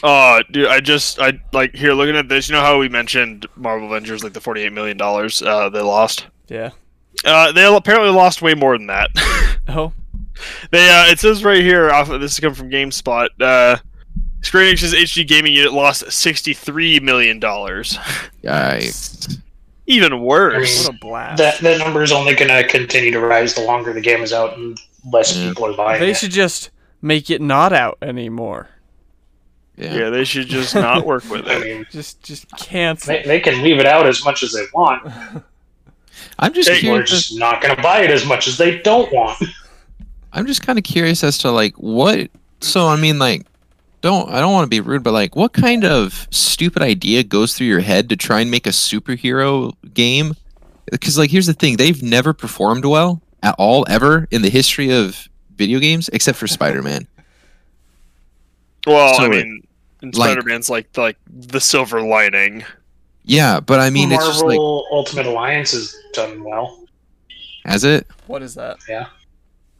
S5: Oh, dude, I just I like here looking at this. You know how we mentioned Marvel Avengers, like the forty-eight million dollars uh, they lost.
S1: Yeah.
S5: Uh, they apparently lost way more than that.
S1: Oh,
S5: They uh, it says right here off of this is come from GameSpot. Uh, Square Enix's HD gaming unit lost sixty-three million dollars.
S4: Yikes.
S5: Even worse.
S1: what a blast.
S3: that that number is only going to continue to rise the longer the game is out and less
S4: Yeah.
S3: people are buying
S1: they
S3: it.
S1: should just make it not out anymore.
S4: Yeah.
S5: Yeah. they should just not work with
S3: I
S5: it.
S3: mean,
S1: Just, just cancel.
S3: they, they can leave it out as much as they want.
S4: I'm just
S5: Hey,
S3: People are
S4: curious.
S3: just not going to buy it as much as they don't want.
S4: I'm just kind of curious as to like what. So I mean, like, don't I don't want to be rude, but like, what kind of stupid idea goes through your head to try and make a superhero game? Because like, here's the thing: they've never performed well at all ever in the history of video games, except for Spider-Man.
S5: Well,
S4: So
S5: I
S4: it-
S5: mean, in
S4: like-
S5: Spider-Man's like like the silver lining.
S4: yeah, but I mean,
S3: Marvel
S4: it's just like,
S3: Ultimate Alliance has done well.
S4: as it?
S1: What is that?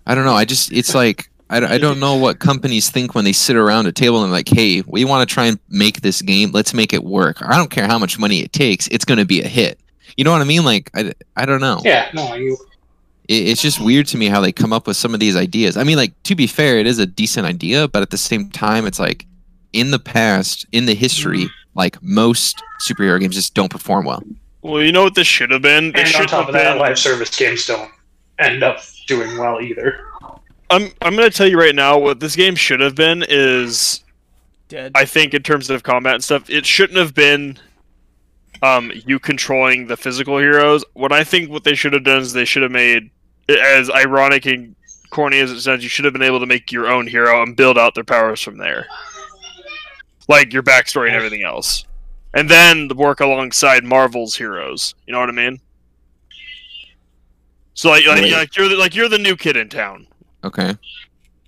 S4: I don't know. I just it's like I, I don't know what companies think when they sit around a table and like, hey, we want to try and make this game. Let's make it work. I don't care how much money it takes. It's going to be a hit. You know what I mean? Like I, I don't know.
S3: Yeah, no, you
S4: It, it's just weird to me how they come up with some of these ideas. I mean, like to be fair, it is a decent idea, but at the same time, it's like in the past, in the history, like most superhero games just don't perform well.
S5: Well, you know what this should have been. This
S3: and on
S5: should
S3: top
S5: have
S3: of that,
S5: been.
S3: live service games don't end up doing well either.
S5: I'm I'm gonna tell you right now what this game should have been is
S1: Dead.
S5: I think in terms of combat and stuff, it shouldn't have been um, you controlling the physical heroes. What I think what they should have done is they should have made, as ironic and corny as it sounds, you should have been able to make your own hero and build out their powers from there, like your backstory and everything else, and then work alongside Marvel's heroes. You know what I mean? So like, like,
S4: Wait.
S5: like you're the, like you're the new kid in town
S4: Okay.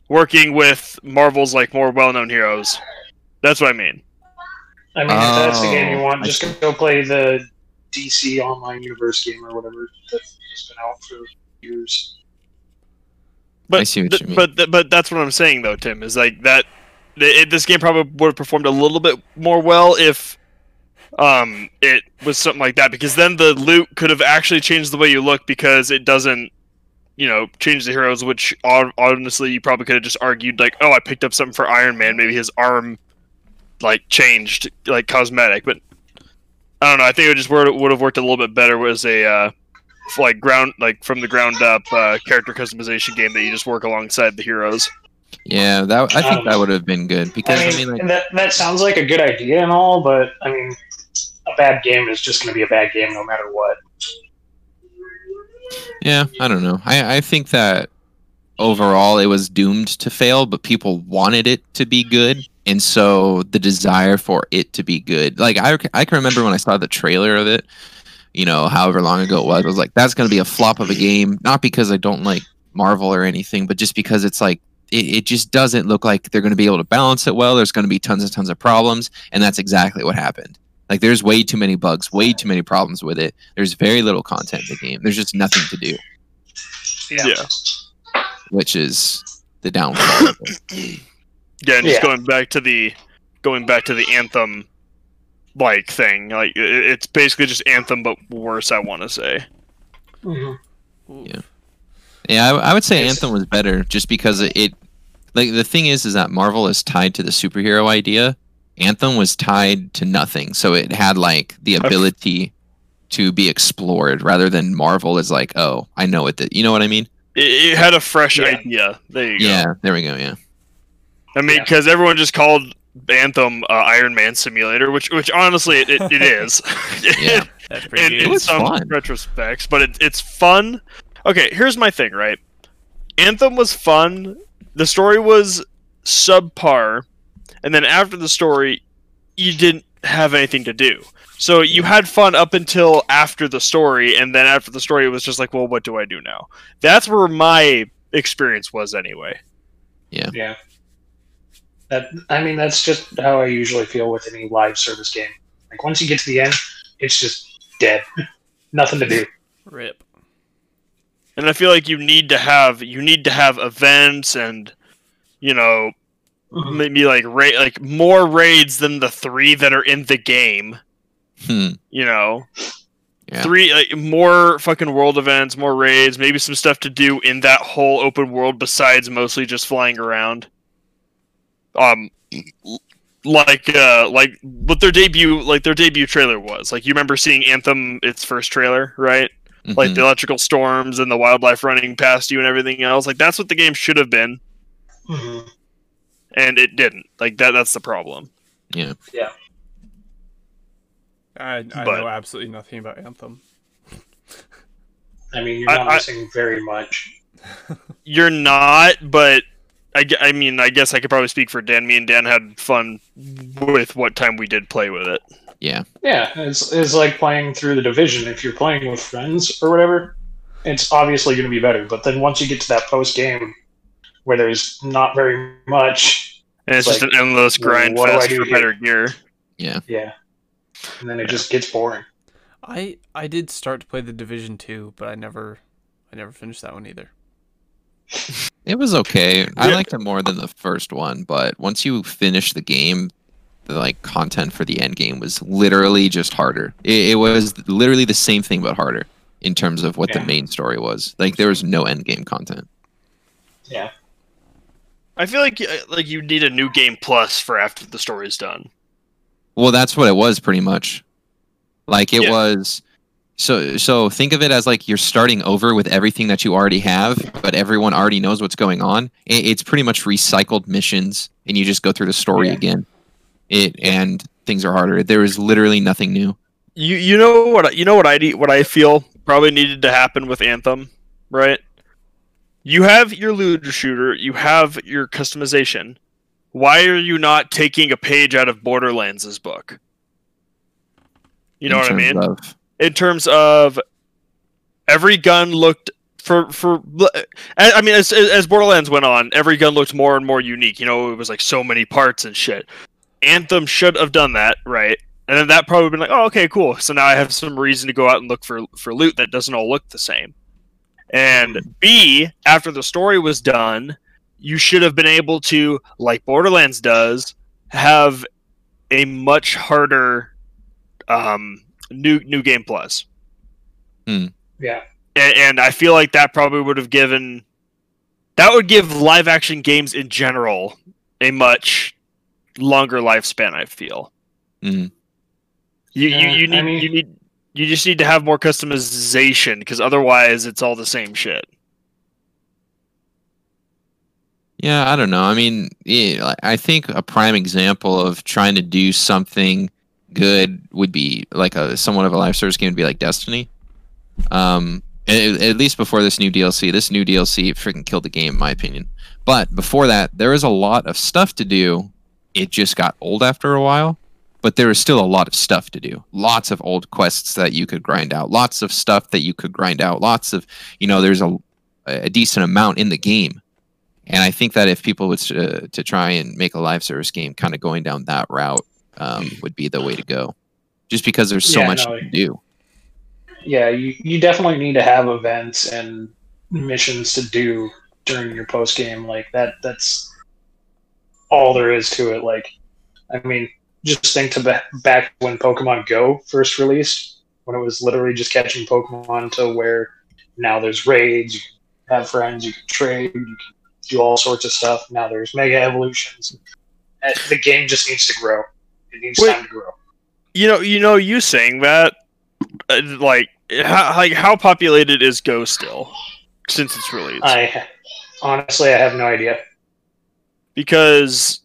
S5: working with Marvel's like more well-known heroes. That's what I mean.
S3: I mean, if that's the game you
S4: Oh,
S3: want,
S4: I
S3: just go play the DC Online Universe game or whatever that's been out for years.
S5: But
S4: I see what
S5: th-
S4: you mean.
S5: But th- but that's what I'm saying though, Tim. Is like that th- it, this game probably would have performed a little bit more well if um, it was something like that because then the loot could have actually changed the way you look because it doesn't, you know, change the heroes. Which hon- honestly, you probably could have just argued like, oh, I picked up something for Iron Man. Maybe his arm, like, changed like cosmetic. But I don't know. I think it just would would have worked a little bit better was a uh, f- like ground like from the ground up uh, character customization game that you just work alongside the heroes.
S4: Yeah, that I think
S3: Um,
S4: that would have been good because
S3: I mean, and that, that sounds like a good idea and all, but I mean, a bad game is just going to be a bad game no matter what.
S4: Yeah, I don't know. I, I think that overall it was doomed to fail, but people wanted it to be good. And so the desire for it to be good, like I, c- I can remember when I saw the trailer of it, you know, however long ago it was, I was like, that's going to be a flop of a game. Not because I don't like Marvel or anything, but just because it's like, it, it just doesn't look like they're going to be able to balance it well. There's going to be tons and tons of problems. And that's exactly what happened. Like there's way too many bugs, way too many problems with it. There's very little content in the game. There's just nothing to do
S5: Yeah.
S4: which is the downfall. of it.
S5: Yeah, and just
S3: Yeah.
S5: going back to the going back to the anthem like thing. Like i- i it's basically just anthem but worse, I want to say.
S3: Mhm.
S4: yeah, I, I would say
S3: Yes.
S4: Anthem was better just because it, it, like the thing is, is that Marvel is tied to the superhero idea. Anthem was tied to nothing, so it had like the ability to be explored rather than Marvel is like, oh, I know it. That you know what I mean?
S5: It, it had a fresh
S3: Yeah.
S5: idea. There you go.
S4: Yeah, there we go. Yeah,
S5: I mean,
S3: Yeah.
S5: because everyone just called Anthem uh, Iron Man Simulator, which which honestly it, it, it is.
S4: Yeah.
S6: That's pretty
S5: in,
S6: good.
S4: It
S5: in
S4: was
S5: some
S4: fun.
S5: retrospects, but it, it's fun. Okay, here's my thing, right? Anthem was fun. The story was subpar, and then after the story, you didn't have anything to do. So you had fun up until after the story, and then after the story, it was just like, well, what do I do now? That's where my experience was, anyway.
S3: Yeah. That I mean, that's just how I usually feel with any live service game. Like once you get to the end, it's just dead. Nothing to do.
S1: Rip.
S5: and I feel like you need to have you need to have events and you know maybe like ra- like more raids than the three that are in the game.
S4: hmm.
S5: You know,
S4: Yeah.
S5: three like more fucking world events, more raids, maybe some stuff to do in that whole open world besides mostly just flying around. Um, l- like uh, like what their debut like their debut trailer was like you remember seeing Anthem its first trailer right like
S4: Mhm.
S5: the electrical storms and the wildlife running past you and everything else. Like that's what the game should have been,
S3: Mhm.
S5: and it didn't. Like that that's the problem.
S1: I, I
S5: But-
S1: know absolutely nothing about Anthem.
S3: I mean, you're
S5: I-
S3: not
S5: I-
S3: missing very much.
S5: You're not, but I, gue- I mean, I guess I could probably speak for Dan. Me and Dan had fun with what time we did play with it.
S4: yeah,
S3: Yeah, it's it's like playing through the division. If you're playing with friends or whatever, it's obviously going to be better. But then once you get to that post game where there's not very much,
S5: And it's,
S3: It's
S5: just an endless grind
S3: what do I
S5: fest
S3: do
S5: for
S3: here?
S5: better gear.
S3: yeah, and then it just gets boring.
S1: I I did start to play the Division Two, but I never I never finished that one either.
S4: it was okay. I
S5: Yeah.
S4: liked it more than the first one, but once you finish the game, the like content for the end game was literally just harder. It, it was literally the same thing but harder in terms of what
S3: Yeah.
S4: the main story was. Like there was no end game content.
S3: Yeah,
S5: I feel like uh, like you need a new game plus for after the story's done.
S4: Well, that's what it was pretty much. Like it
S5: Yeah.
S4: was so so think of it as like you're starting over with everything that you already have, but everyone already knows what's going on. I- it's pretty much recycled missions and you just go through the story
S3: Yeah.
S4: again. It and things are harder. There is literally nothing new.
S5: You you know what I- you know what I de- what I feel probably needed to happen with Anthem, right? You have your looter shooter, you have your customization. Why are you not taking a page out of Borderlands' book? You know
S4: in
S5: what I
S4: terms
S5: mean?
S4: of-
S5: in terms of every gun looked for for I- I mean as as Borderlands went on, every gun looked more and more unique. You know, it was like so many parts and shit. Anthem should have done that, right? And then that probably been like, oh, okay, cool. So now I have some reason to go out and look for for loot that doesn't all look the same. And B, after the story was done, you should have been able to, like Borderlands does, have a much harder um, new new game plus,
S3: Yeah.
S5: and, and I feel like that probably would have given that would give live action games in general a much longer lifespan. I feel. Mm-hmm.
S4: Mm.
S5: You, you,
S3: Yeah,
S5: you
S3: I
S5: need
S3: mean-
S5: you need you just need to have more customization because otherwise it's all the same shit.
S4: Yeah, I don't know. I mean, yeah, like, I think a prime example of trying to do something good would be like a somewhat of a live service game would be like Destiny. Um, a- a- at least before this new DLC, this new DLC freaking killed the game, in my opinion. But before that, there was a lot of stuff to do. It just got old after a while, but there was still a lot of stuff to do. Lots of old quests that you could grind out. Lots of stuff that you could grind out. Lots of, you know, there's a a decent amount in the game. And I think that if people would uh, to try and make a live service game, kind of going down that route um, would be the way to go, just because there's so
S3: Yeah,
S4: much
S3: no,
S4: to do.
S3: Yeah, you, you definitely need to have events and missions to do during your post game. Like that that's all there is to it. Like I mean, just think to ba- back when Pokemon Go first released, when it was literally just catching Pokemon to where now there's raids, you can have friends, you can trade, you can do all sorts of stuff. Now there's mega evolutions. Uh, The game just needs to grow. It needs
S5: Wait.
S3: time to grow.
S5: You know, you know, you saying that, uh, like, how, like how populated is Go still since its release?
S3: I honestly I have no idea.
S5: because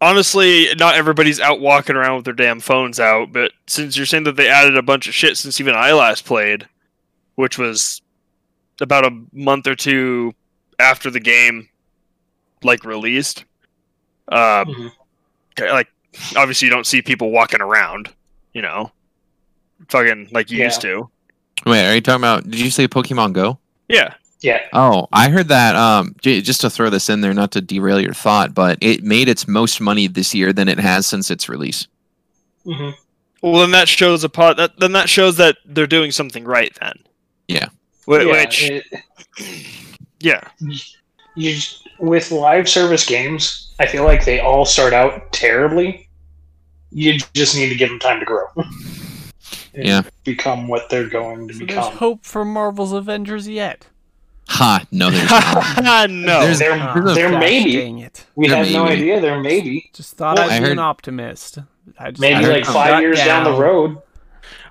S5: honestly, not everybody's out walking around with their damn phones out. But since you're saying that they added a bunch of shit since even I last played, which was about a month or two after the game, like released, uh,
S3: Mhm.
S5: ca- like obviously you don't see people walking around, you know, fucking like you
S3: Yeah.
S5: used to.
S4: Wait, are you talking about? Did you say Pokemon Go?
S5: Yeah,
S3: Yeah.
S4: Oh, I heard that. Um, j- just to throw this in there, not to derail your thought, but it made its most money this year than it has since its release.
S3: hmm
S5: Well, then that shows a pot. That then that shows that they're doing something right. Then.
S4: Yeah.
S5: Wh-
S3: Yeah,
S5: Which.
S3: it-
S5: yeah.
S3: you with live service games, I feel like they all start out terribly. You just need to give them time to grow. And
S4: Yeah.
S3: Become what they're going to
S1: So there's
S3: become.
S1: hope for Marvel's Avengers yet.
S4: Ha! No, there's not.
S5: no.
S4: There's-
S3: There,
S1: Ah,
S4: there's a-
S3: there
S1: gosh
S3: may be.
S1: Dang it.
S3: We
S4: There
S3: have
S4: may
S3: no
S4: be.
S3: idea. There may be.
S1: Just thought
S4: Well,
S1: I'd
S4: I
S1: be
S4: heard-
S1: an optimist. I just,
S3: Maybe
S1: I
S3: like
S1: got
S3: five years down. the
S1: down.
S3: road.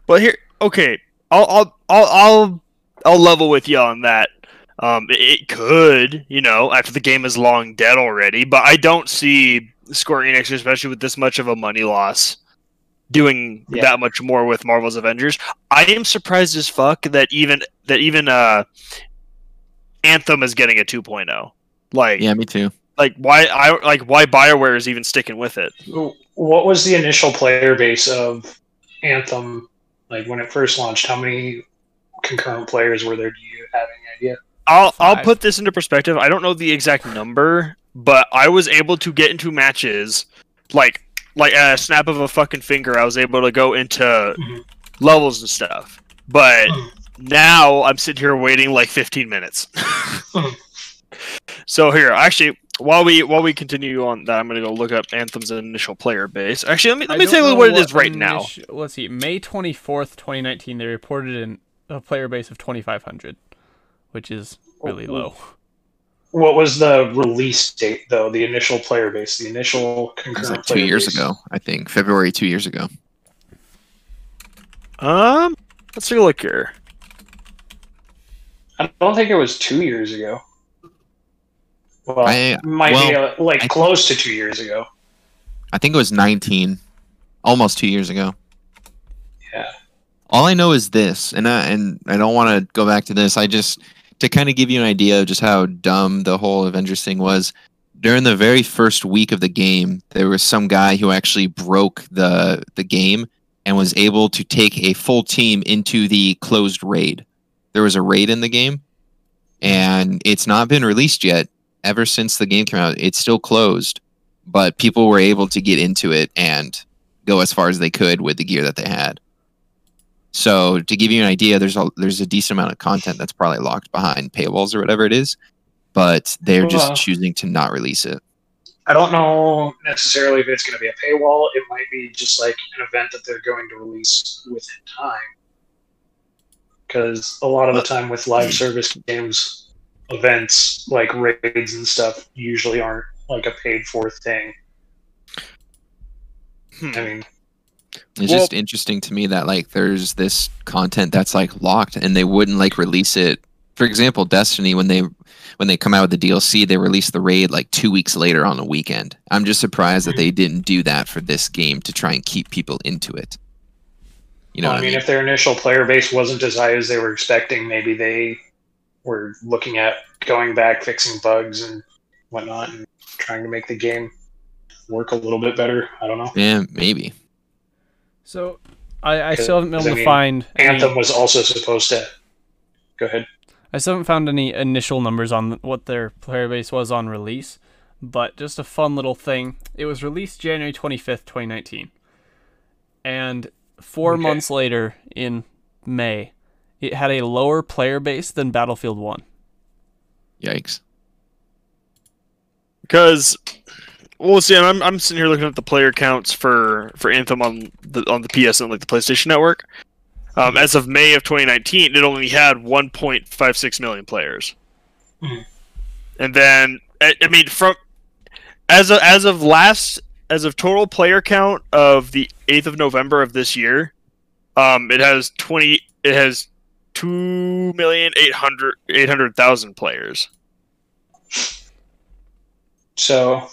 S5: Well, here, okay, I'll, I'll, I'll, I'll, I'll level with you on that. Um, it- it could, you know, after the game is long dead already, but I don't see Square Enix, especially with this much of a money loss, doing
S3: Yeah.
S5: that much more with Marvel's Avengers. I am surprised as fuck that even that even uh, Anthem is getting a 2.0. Like,
S4: yeah, me too.
S5: like why I like why Bioware is even sticking with it.
S3: What was the initial player base of Anthem? Like when it first launched, how many concurrent players were there? Do you have any idea?
S5: I'll i I'll
S1: Five.
S5: put this into perspective. I don't know the exact number, but I was able to get into matches like like a snap of a fucking finger. I was able to go into
S3: Mhm.
S1: Mm-hmm.
S5: levels and stuff. But
S3: Mhm.
S5: now I'm sitting here waiting like 15 minutes.
S3: Mhm.
S5: so here, actually, while we while we continue on that, I'm gonna go look up Anthem's initial player base. Actually, let me
S1: I
S5: let me
S1: don't
S5: tell you
S1: know
S5: what it is right now.
S1: initi- Let's see. May 24th, 2019, they reported an, a player base of 2,500, which is really
S3: Oh,
S1: low.
S3: What was the release date though? The initial player base, the initial concurrent
S4: It was like two
S3: player
S4: years
S3: base?
S4: ago, I think. February two years ago.
S5: Um, let's take a look here.
S3: I don't think it was two years ago. Well,
S4: I-
S3: might be
S4: well,
S3: uh like
S4: I-
S3: close to two years ago.
S4: I think it was 19, almost two years ago.
S3: Yeah.
S4: All I know is this, and I, and I don't want to go back to this. I just to kind of give you an idea of just how dumb the whole Avengers thing was. During the very first week of the game, there was some guy who actually broke the the game and was able to take a full team into the closed raid. There was a raid in the game, and it's not been released yet. Ever since the game came out, it's still closed but people were able to get into it and go as far as they could with the gear that they had. So to give you an idea, there's a there's a decent amount of content that's probably locked behind paywalls or whatever it is, but they're
S3: Wow.
S4: just choosing to not release it.
S3: I don't know necessarily if it's going to be a paywall. It might be just like an event that they're going to release within time. Because a lot of the time with live service games, events like raids and stuff usually aren't like a paid for thing.
S5: Hmm.
S3: I mean,
S4: It's
S5: Well-
S4: just interesting to me that like there's this content that's like locked and they wouldn't like release it. For example, Destiny when they when they come out with the DLC, they release the raid like 2 weeks later on the weekend. I'm just surprised that they didn't do that for this game to try and keep people into it. You know
S3: well,
S4: what
S3: I mean, if their initial player base wasn't as high as they were expecting, maybe they were looking at going back, fixing bugs and whatnot, and trying to make the game work a little bit better. I don't know.
S4: Yeah, maybe.
S1: So I, I still haven't been able
S3: I
S1: to
S3: mean,
S1: find any,
S3: Anthem was also supposed to. Go ahead.
S1: I still haven't found any initial numbers on what their player base was on release, but just a fun little thing. It was released January 25th, 2019. And 4
S3: Okay.
S1: months later in May, it had a lower player base than Battlefield 1.
S4: Yikes.
S5: Because, well, see, and I'm, I'm sitting here looking at the player counts for, for Anthem on the on the PSN, like the PlayStation Network. Um, as of May of 2019, it only had 1.56 million players.
S3: Mhm.
S5: And then, I, I mean, from as of, as of last as of total player count of the 8th of November of this year, um, it has 20. It has two million eight hundred eight hundred thousand players.
S3: So,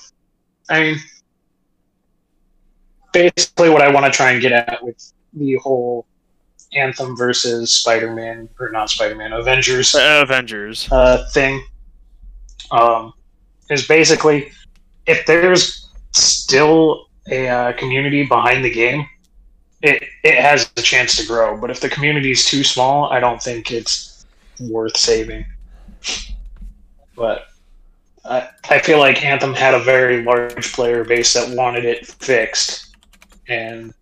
S3: I mean, basically, what I want to try and get at with the whole Anthem versus Spider Man, or not Spider Man, Avengers
S5: Uh, Avengers.
S3: uh, thing um, is basically if there's still a uh, community behind the game, it, it has a chance to grow. But if the community is too small, I don't think it's worth saving. But I, I feel like Anthem had a very large player base that wanted it fixed, and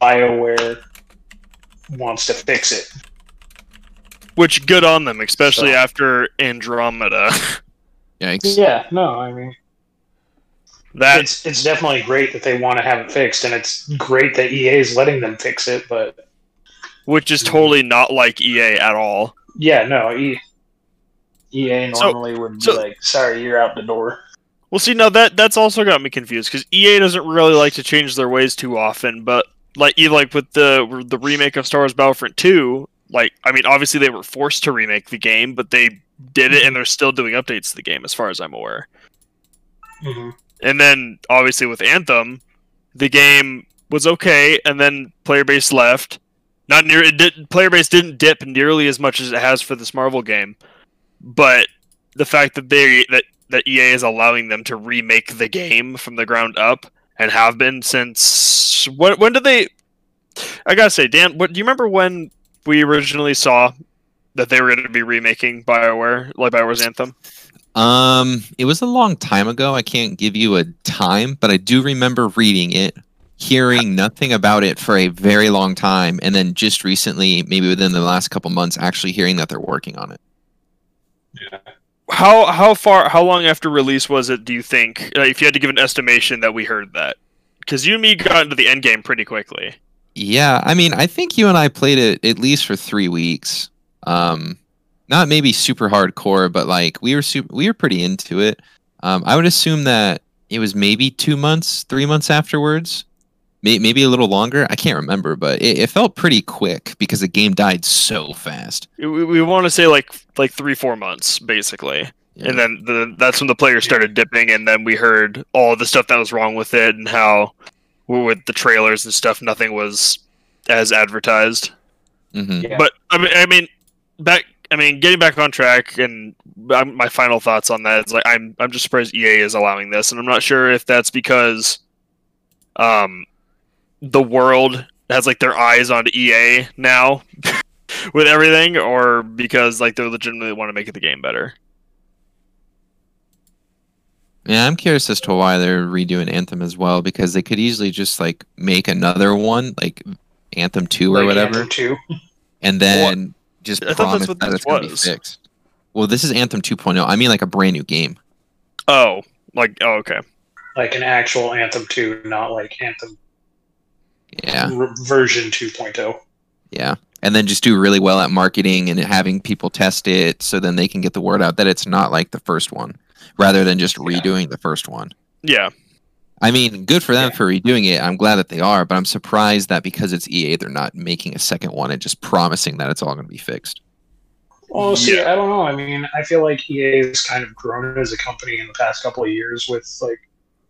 S3: BioWare wants to fix it.
S5: Which good on them, especially
S3: So-
S5: after Andromeda.
S4: Yikes.
S3: Yeah, no, I mean.
S5: that
S3: it's it's definitely great that they want to have it fixed, and it's great that EA is letting them fix it. But
S5: which is totally not like EA at all.
S3: yeah, no, e, EA
S5: So-
S3: normally would be
S5: so-
S3: like, "Sorry, you're out the door."
S5: Well, see, now that that's also got me confused because EA doesn't really like to change their ways too often. But like, e- like with the the remake of Star Wars Battlefront Two, like I mean, obviously they were forced to remake the game, but they did it, and they're still doing updates to the game, as far as I'm aware.
S3: Mm-hmm.
S5: And then obviously with Anthem, the game was okay, and then player base left. Not near it did player base didn't dip nearly as much as it has for this Marvel game. But the fact that they that, that EA is allowing them to remake the game from the ground up and have been since when when did they I gotta say, Dan, what do you remember when we originally saw that they were gonna be remaking Bioware, like Bioware's Anthem?
S4: Um, it was a long time ago. I can't give you a time, but I do remember reading it, hearing nothing about it for a very long time, and then just recently, maybe within the last couple months, actually hearing that they're working on it.
S5: how how far how long after release was it do you think uh, if you had to give an estimation that we heard that because you and me got into the end game pretty quickly
S4: Yeah, I mean, I think you and I played it at least for three weeks. Um, not maybe super hardcore, but like we were super, we were pretty into it. Um, I would assume that it was maybe two months, three months afterwards, may- maybe a little longer. I can't remember, but it, it felt pretty quick because the game died so fast.
S5: we, we want to say like like three four months basically and uh, then the, that's when the players started dipping and then we heard all the stuff that was wrong with it and how well, with the trailers and stuff nothing was as advertised
S4: hmm
S3: Yeah.
S5: But I mean, I mean, back. I mean, getting back on track, and um, my final thoughts on that is like I'm I'm just surprised EA is allowing this, and I'm not sure if that's because, um, the world has like their eyes on EA now with everything, or because like they legitimately want to make the game better.
S4: Yeah, I'm curious as to why they're redoing Anthem as well because they could easily just like make another one, like Anthem Two or
S3: Like
S4: whatever.
S3: Anthem 2.
S4: and then just
S5: I thought that's
S4: promise
S5: what
S4: that
S5: this
S4: it's going to be
S5: was.
S4: oh. fixed. Well, this is Anthem 2.0. I mean, like a brand new game.
S5: Oh, like oh okay,
S3: like an actual Anthem 2, not like Anthem
S4: Yeah.
S3: r- version oh. 2.0.
S4: Yeah. And then just do really well at marketing and having people test it so then they can get the word out that it's not like the first one rather than just redoing the first one.
S5: Yeah.
S4: I mean, good for them for redoing it. I'm glad that they are, but I'm surprised that because it's EA, they're not making a second one and just promising that it's all going to be fixed.
S3: Well, see, I don't know. I mean, I feel like EA has kind of grown as a company in the past couple of years with like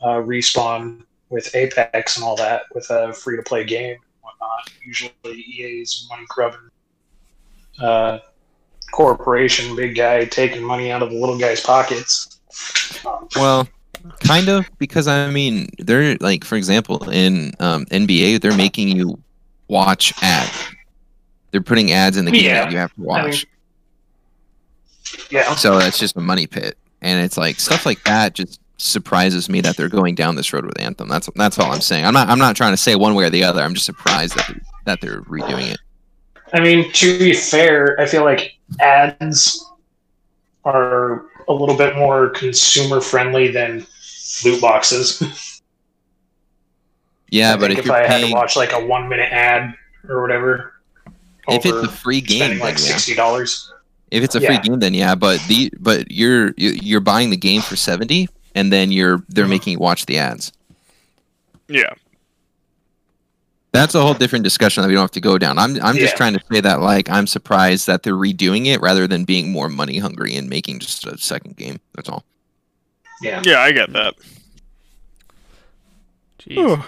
S3: uh, respawn with Apex and all that, with a free to play game and whatnot. Usually, EA's money grubbing uh, corporation, big guy taking money out of the little guy's pockets. Um,
S4: Well, kind of because I mean they're like for example in um, NBA they're making you watch ad. They're putting ads in the game
S3: Yeah.
S4: that you have to
S3: I mean,
S4: watch.
S3: yeah,
S4: So that's just a money pit, and it's like stuff like that just surprises me that they're going down this road with Anthem. That's that's all I'm saying. I'm not I'm not trying to say one way or the other. I'm just surprised that they're, that they're redoing it.
S3: I mean, to be fair, I feel like ads are a little bit more consumer friendly than loot boxes.
S4: Yeah,
S3: I
S4: but
S3: think
S4: if you're
S3: I had
S4: paying,
S3: to watch like a one minute ad or whatever,
S4: if it's
S3: over
S4: a free game,
S3: spending
S4: then
S3: like
S4: yeah.
S3: sixty dollars.
S4: If it's a
S3: Yeah.
S4: free game, then yeah. But the but you're you- you're buying the game for seventy, and then you're they're making you watch the ads.
S5: Mm-hmm. Yeah.
S4: That's a whole different discussion that we don't have to go down. I'm I'm just
S3: Yeah.
S4: trying to say that like I'm surprised that they're redoing it rather than being more money hungry and making just a second game. That's all.
S3: Yeah.
S5: Yeah, I get that.
S1: Jeez.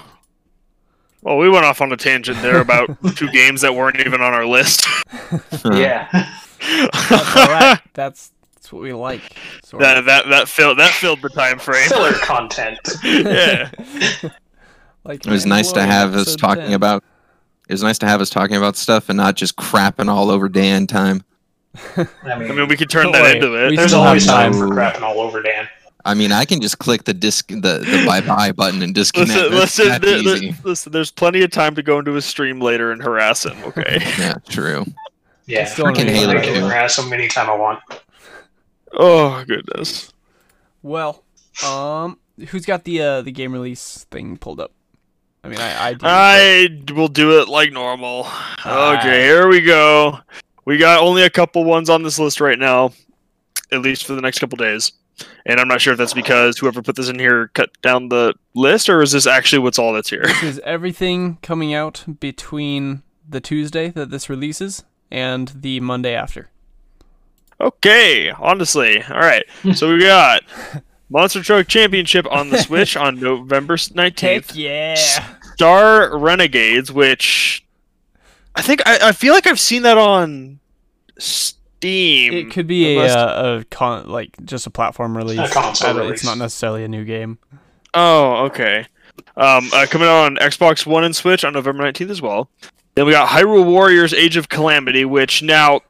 S5: Well, we went off on a tangent there about two games that weren't even on our list.
S3: Yeah.
S1: That's all right. That's that's what we like. Sort
S5: that
S1: of.
S5: that that filled that filled the time frame.
S3: Filler content.
S5: yeah.
S1: like
S4: It was nice to
S1: Mandalorian
S4: have us
S1: episode
S4: talking
S1: 10.
S4: about. It was nice to have us talking about stuff and not just crapping all over Dan time.
S3: I mean,
S5: I mean, we could turn
S1: Don't
S5: that
S1: worry,
S5: into it.
S1: we
S3: there's
S1: still have
S3: always time for
S4: no-
S3: crapping all over Dan.
S4: I mean, I can just click the disc the the bye bye button and disconnect.
S5: Listen,
S4: That's-
S5: listen,
S4: that's
S5: there- there-
S4: easy.
S5: listen, there's plenty of time to go into a stream later and harass him, okay?
S4: Yeah, true.
S3: Yeah.
S1: Still
S4: Freaking
S1: on
S4: Halo,
S1: Halo.
S3: I can
S4: dude.
S3: harass him anytime I want.
S5: oh, goodness.
S1: Well, um, who's got the uh, the game release thing pulled up? I mean, I I do.
S5: I d- will do it like normal.
S1: Alright.
S5: Okay, here we go. We got only a couple ones on this list right now, at least for the next couple days. And I'm not sure if that's because whoever put this in here cut down the list, or is this actually what's all that's here?
S1: but This is everything coming out between the Tuesday that this releases and the Monday after.
S5: Okay, honestly. All right. So we got Monster Truck Championship on the Switch on November s- 19th.
S1: yeah!
S5: Star Renegades, which I think I, I feel like I've seen that on Steam.
S1: It could be a,
S5: Unless-
S1: uh a con- like just a platform release.
S3: A console
S1: I don't-
S3: release.
S1: It's not necessarily a new game.
S5: Oh, okay. Um, uh, coming out on Xbox One and Switch on November 19th as well. Then we got Hyrule Warriors Age of Calamity, which now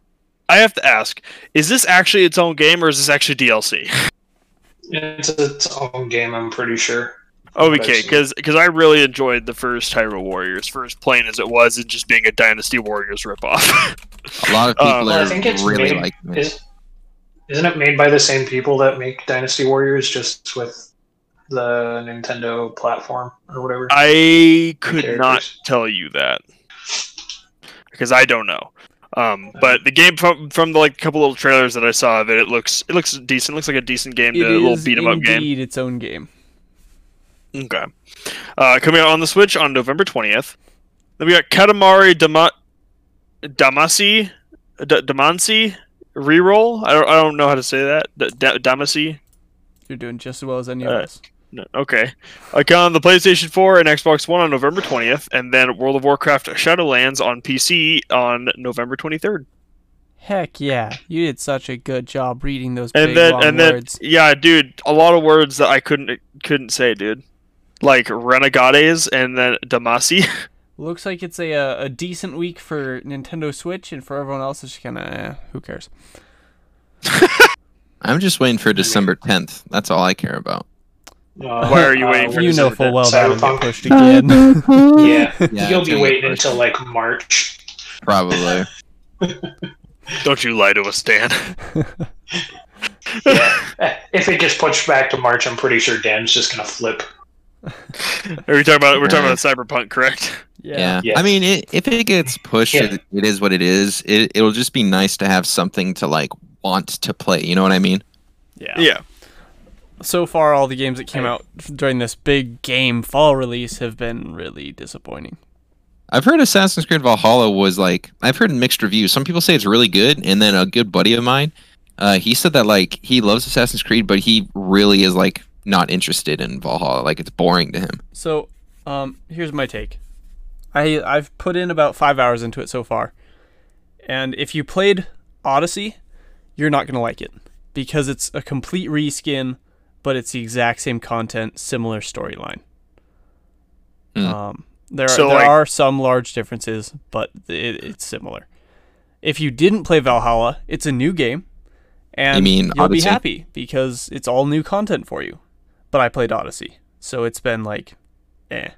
S5: I have to ask, is this actually its own game or is this actually DLC?
S3: It's its own game, I'm pretty sure.
S5: Okay, because I really enjoyed the first Hyrule Warriors, first playing as it was, and just being a Dynasty Warriors ripoff.
S4: A lot of
S5: Uh,
S4: people
S3: Well, I
S4: are
S3: think it's
S4: really
S3: made-
S4: like it.
S3: Is, isn't it made by the same people that make Dynasty Warriors, just with the Nintendo platform or whatever?
S5: I could
S3: Characters.
S5: not tell you that because I don't know. Um, but the game from from the like couple little trailers that I saw of it, it looks it looks decent. Looks like a decent game,
S1: It
S5: to a little
S1: is
S5: beat 'em up game.
S1: indeed its own game.
S5: Okay. Uh, coming out on the Switch on November 20th. Then we got Katamari Dama- Damasi D- Damansi reroll. I don't, I don't know how to say that. D- Da- Damasi.
S1: You're doing just as well as any
S5: Uh,
S1: of us.
S5: No, okay. Like on the PlayStation 4 and Xbox One on November 20th, and then World of Warcraft Shadowlands on PC on November 23rd.
S1: Heck yeah! You did such a good job reading those
S5: And
S1: big
S5: then
S1: long
S5: and
S1: words.
S5: then yeah, dude, a lot of words that I couldn't couldn't say, dude. Like Renegades and then Damasi.
S1: Looks like it's a uh, a decent week for Nintendo Switch, and for everyone else, it's just kind of eh, who cares.
S4: I'm just waiting for December 10th. That's all I care about.
S3: Uh,
S5: Why are you waiting for
S1: you know
S5: December
S1: full well
S3: 10th?
S1: that'll
S3: Cyberpunk?
S1: get pushed again.
S3: Yeah, you'll
S4: Yeah, it's
S3: be
S4: gonna get
S3: waiting
S4: pushed.
S3: until like March.
S4: Probably.
S5: Don't you lie to us, Dan.
S3: Yeah. Eh, if it gets pushed back to March, I'm pretty sure Dan's just gonna flip.
S5: Are we talking about? We're talking about Cyberpunk, correct?
S4: Yeah.
S3: Yeah.
S4: I mean, it, if it gets pushed,
S3: Yeah.
S4: it, it is what it is. It, it'll just be nice to have something to like want to play. You know what I mean?
S1: Yeah.
S5: Yeah.
S1: So far, all the games that came out during this big game fall release have been really disappointing.
S4: I've heard Assassin's Creed Valhalla was like I've heard mixed reviews. Some people say it's really good, and then a good buddy of mine, uh, he said that like he loves Assassin's Creed, but he really is like not interested in Valhalla. Like it's boring to him.
S1: So, um, here's my take. I I've put in about five hours into it so far, and if you played Odyssey, you're not gonna like it because it's a complete reskin, but it's the exact same content, similar storyline.
S4: Hmm.
S1: Um, there are,
S5: So,
S1: there
S5: like-
S1: are some large differences, but it, it's similar. If you didn't play Valhalla, it's a new game, and
S4: You mean
S1: you'll be
S4: Odyssey?
S1: happy because it's all new content for you. But I played Odyssey, so it's been like, eh.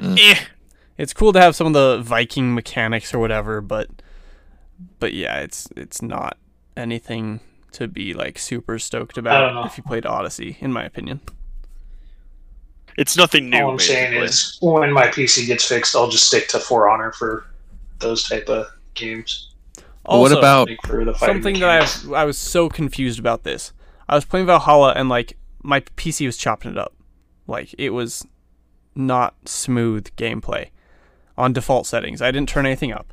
S5: Eh.
S1: It's cool to have some of the Viking mechanics or whatever, but but yeah, it's it's not anything to be like super stoked
S3: don't know.
S1: about if you played Odyssey, in my opinion.
S5: It's nothing new.
S3: All I'm saying
S5: basically.
S3: is, when my PC gets fixed, I'll just stick to For Honor for those type of games.
S4: But what about
S3: Like for the fighting
S1: something that I
S3: mechanics.
S1: was- I was so confused about this. I was playing Valhalla and like my PC was chopping it up. Like it was not smooth gameplay on default settings. I didn't turn anything up.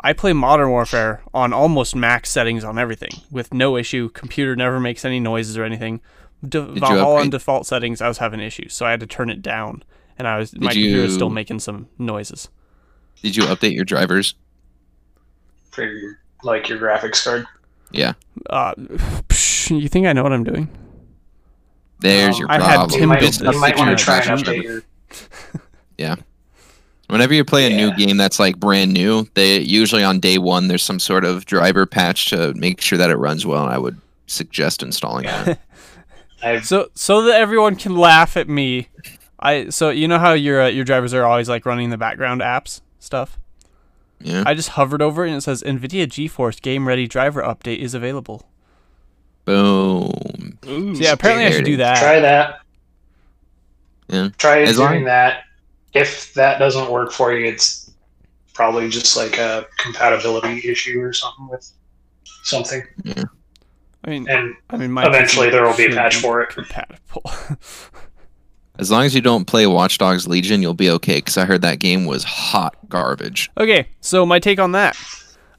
S1: I play Modern Warfare on almost max settings on everything with no issue. Computer never makes any noises or anything. De-
S4: you
S1: Valhalla on
S4: upgrade-
S1: default settings, I was having issues, so I had to turn it down, and I was my
S4: Did
S1: computer was still
S4: you-
S1: making some noises.
S4: Did you update your drivers?
S3: for your, like your graphics card.
S4: Yeah,
S1: Uh, you think I know what I'm doing?
S4: there's
S3: Um,
S4: your
S1: I had
S4: problem.
S1: Tim
S3: you might,
S1: built
S4: It's
S1: this.
S3: you might
S4: update
S3: want
S4: your
S3: to try and
S4: drivers.
S3: update your.
S4: Whenever you play a new
S3: Yeah.
S4: game that's like brand new, they usually on day one there's some sort of driver patch to make sure that it runs well. And I would suggest installing that.
S3: I've
S1: So so that everyone can laugh at me, I so you know how your uh, your drivers are always like running the background apps stuff.
S4: Yeah,
S1: I just hovered over it and it says NVIDIA GeForce Game Ready Driver Update is available.
S4: boom.
S5: Ooh.
S1: So yeah, apparently I
S4: there
S1: should
S4: it
S1: do
S4: is.
S1: that.
S3: try that.
S4: Yeah.
S3: Try
S4: As
S3: doing
S4: long-
S3: that. If that doesn't work for you, it's probably just like a compatibility issue or something with something.
S1: I mean,
S3: And
S1: I mean, my
S3: eventually
S1: PC
S3: there will be a
S1: should
S3: patch for it.
S1: Compatible.
S4: As long as you don't play Watch Dogs Legion, you'll be okay. Because I heard that game was hot garbage.
S1: okay, so my take on that.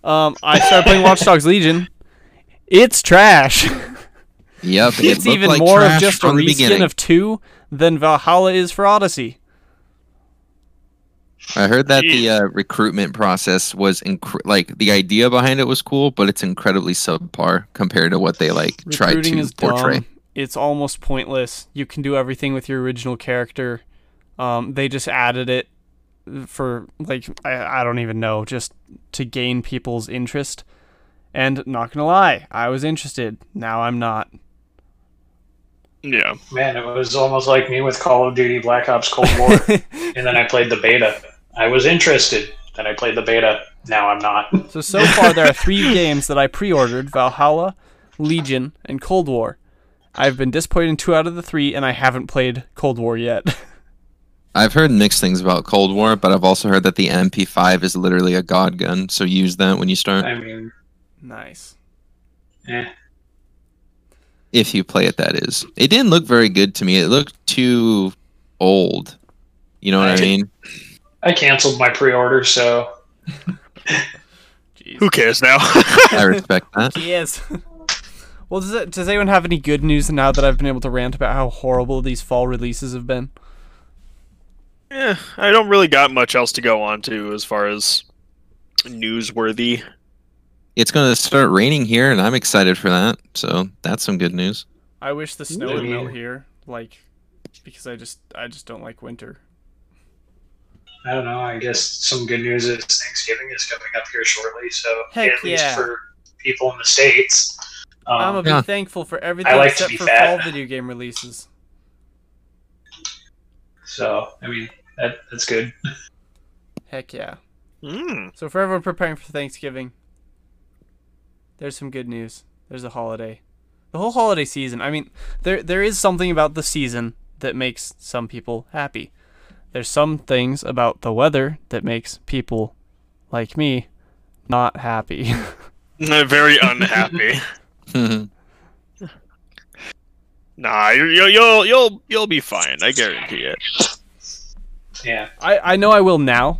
S1: Um, I started playing Watch Dogs Legion. It's trash.
S4: Yep, it
S1: it's
S4: looked
S1: even
S4: like
S1: more of
S4: trash
S1: just a
S4: from the
S1: reskin
S4: beginning.
S1: of two than Valhalla is for Odyssey.
S4: I heard that the
S5: Jeez.
S4: uh, recruitment process was inc- like the idea behind it was cool, but it's incredibly subpar compared to what they like tried
S1: Recruiting
S4: to
S1: is
S4: portray.
S1: dumb. It's almost pointless. You can do everything with your original character. Um, they just added it for like I, I don't even know, just to gain people's interest. And not gonna lie, I was interested. Now I'm not.
S5: Yeah.
S3: Man, it was almost like me with Call of Duty Black Ops Cold War. and then I played the beta. I was interested. Then I played the beta. Now I'm not.
S1: So so far there are three games that I pre-ordered: Valhalla, Legion, and Cold War. I've been disappointed in two out of the three, and I haven't played Cold War yet.
S4: I've heard mixed things about Cold War, but I've also heard that the MP5 is literally a god gun, so use that when you start
S3: I mean,
S1: nice.
S3: eh.
S4: if you play it. That is, it didn't look very good to me. It looked too old. You know what I,
S3: I-
S4: mean?
S3: I canceled my pre-order, so
S1: Jeez.
S5: Who cares now?
S4: I respect that.
S1: Yes. well, does, it, does anyone have any good news now that I've been able to rant about how horrible these fall releases have been?
S5: yeah, Eh, I don't really got much else to go on to as far as newsworthy.
S4: It's going to start raining here, and I'm excited for that. So that's some good news.
S1: I wish the snow
S3: I
S1: would melt
S3: mean-
S1: here, like, because I just I just don't like winter.
S3: I don't know. I guess some good news is Thanksgiving is coming up here shortly, so
S1: Heck
S3: at least
S1: yeah.
S3: for people in the states.
S1: I'm
S3: Um,
S1: gonna
S4: Yeah.
S1: be thankful for everything
S3: like to
S1: except
S3: be
S1: for
S3: fat.
S1: fall video game releases.
S3: so I mean, that, that's good.
S1: Heck yeah!
S5: Mm.
S1: So for everyone preparing for Thanksgiving, there's some good news. There's a holiday. The whole holiday season. I mean, there there is something about the season that makes some people happy. There's some things about the weather that makes people like me not happy.
S5: Very unhappy.
S4: Mhm.
S5: nah, you're, you'll you'll you'll you'll be fine. I guarantee it.
S3: Yeah.
S1: I, I know I will now,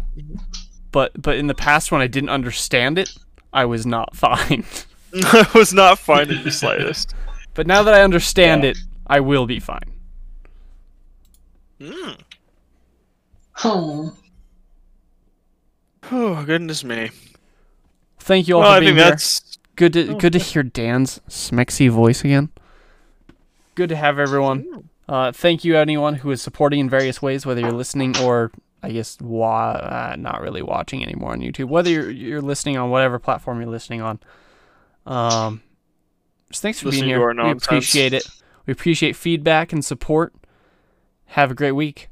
S1: but but in the past when I didn't understand it, I was not fine.
S5: I was not fine in the slightest.
S1: But now that I understand
S3: Yeah.
S1: it, I will be fine.
S5: Mm.
S6: Oh.
S5: Oh goodness me.
S1: Thank you all
S5: Well, I
S1: for being
S5: think
S1: here.
S5: that's
S1: Good to good to hear Dan's smexy voice again. Good to have everyone. Uh, thank you anyone who is supporting in various ways, whether you're listening or I guess wa- uh, not really watching anymore on YouTube. Whether you're you're listening on whatever platform you're listening on. Um, just thanks for
S5: Listening
S1: being
S5: to
S1: here.
S5: our
S1: We
S5: nonsense.
S1: appreciate it. We appreciate feedback and support. Have a great week.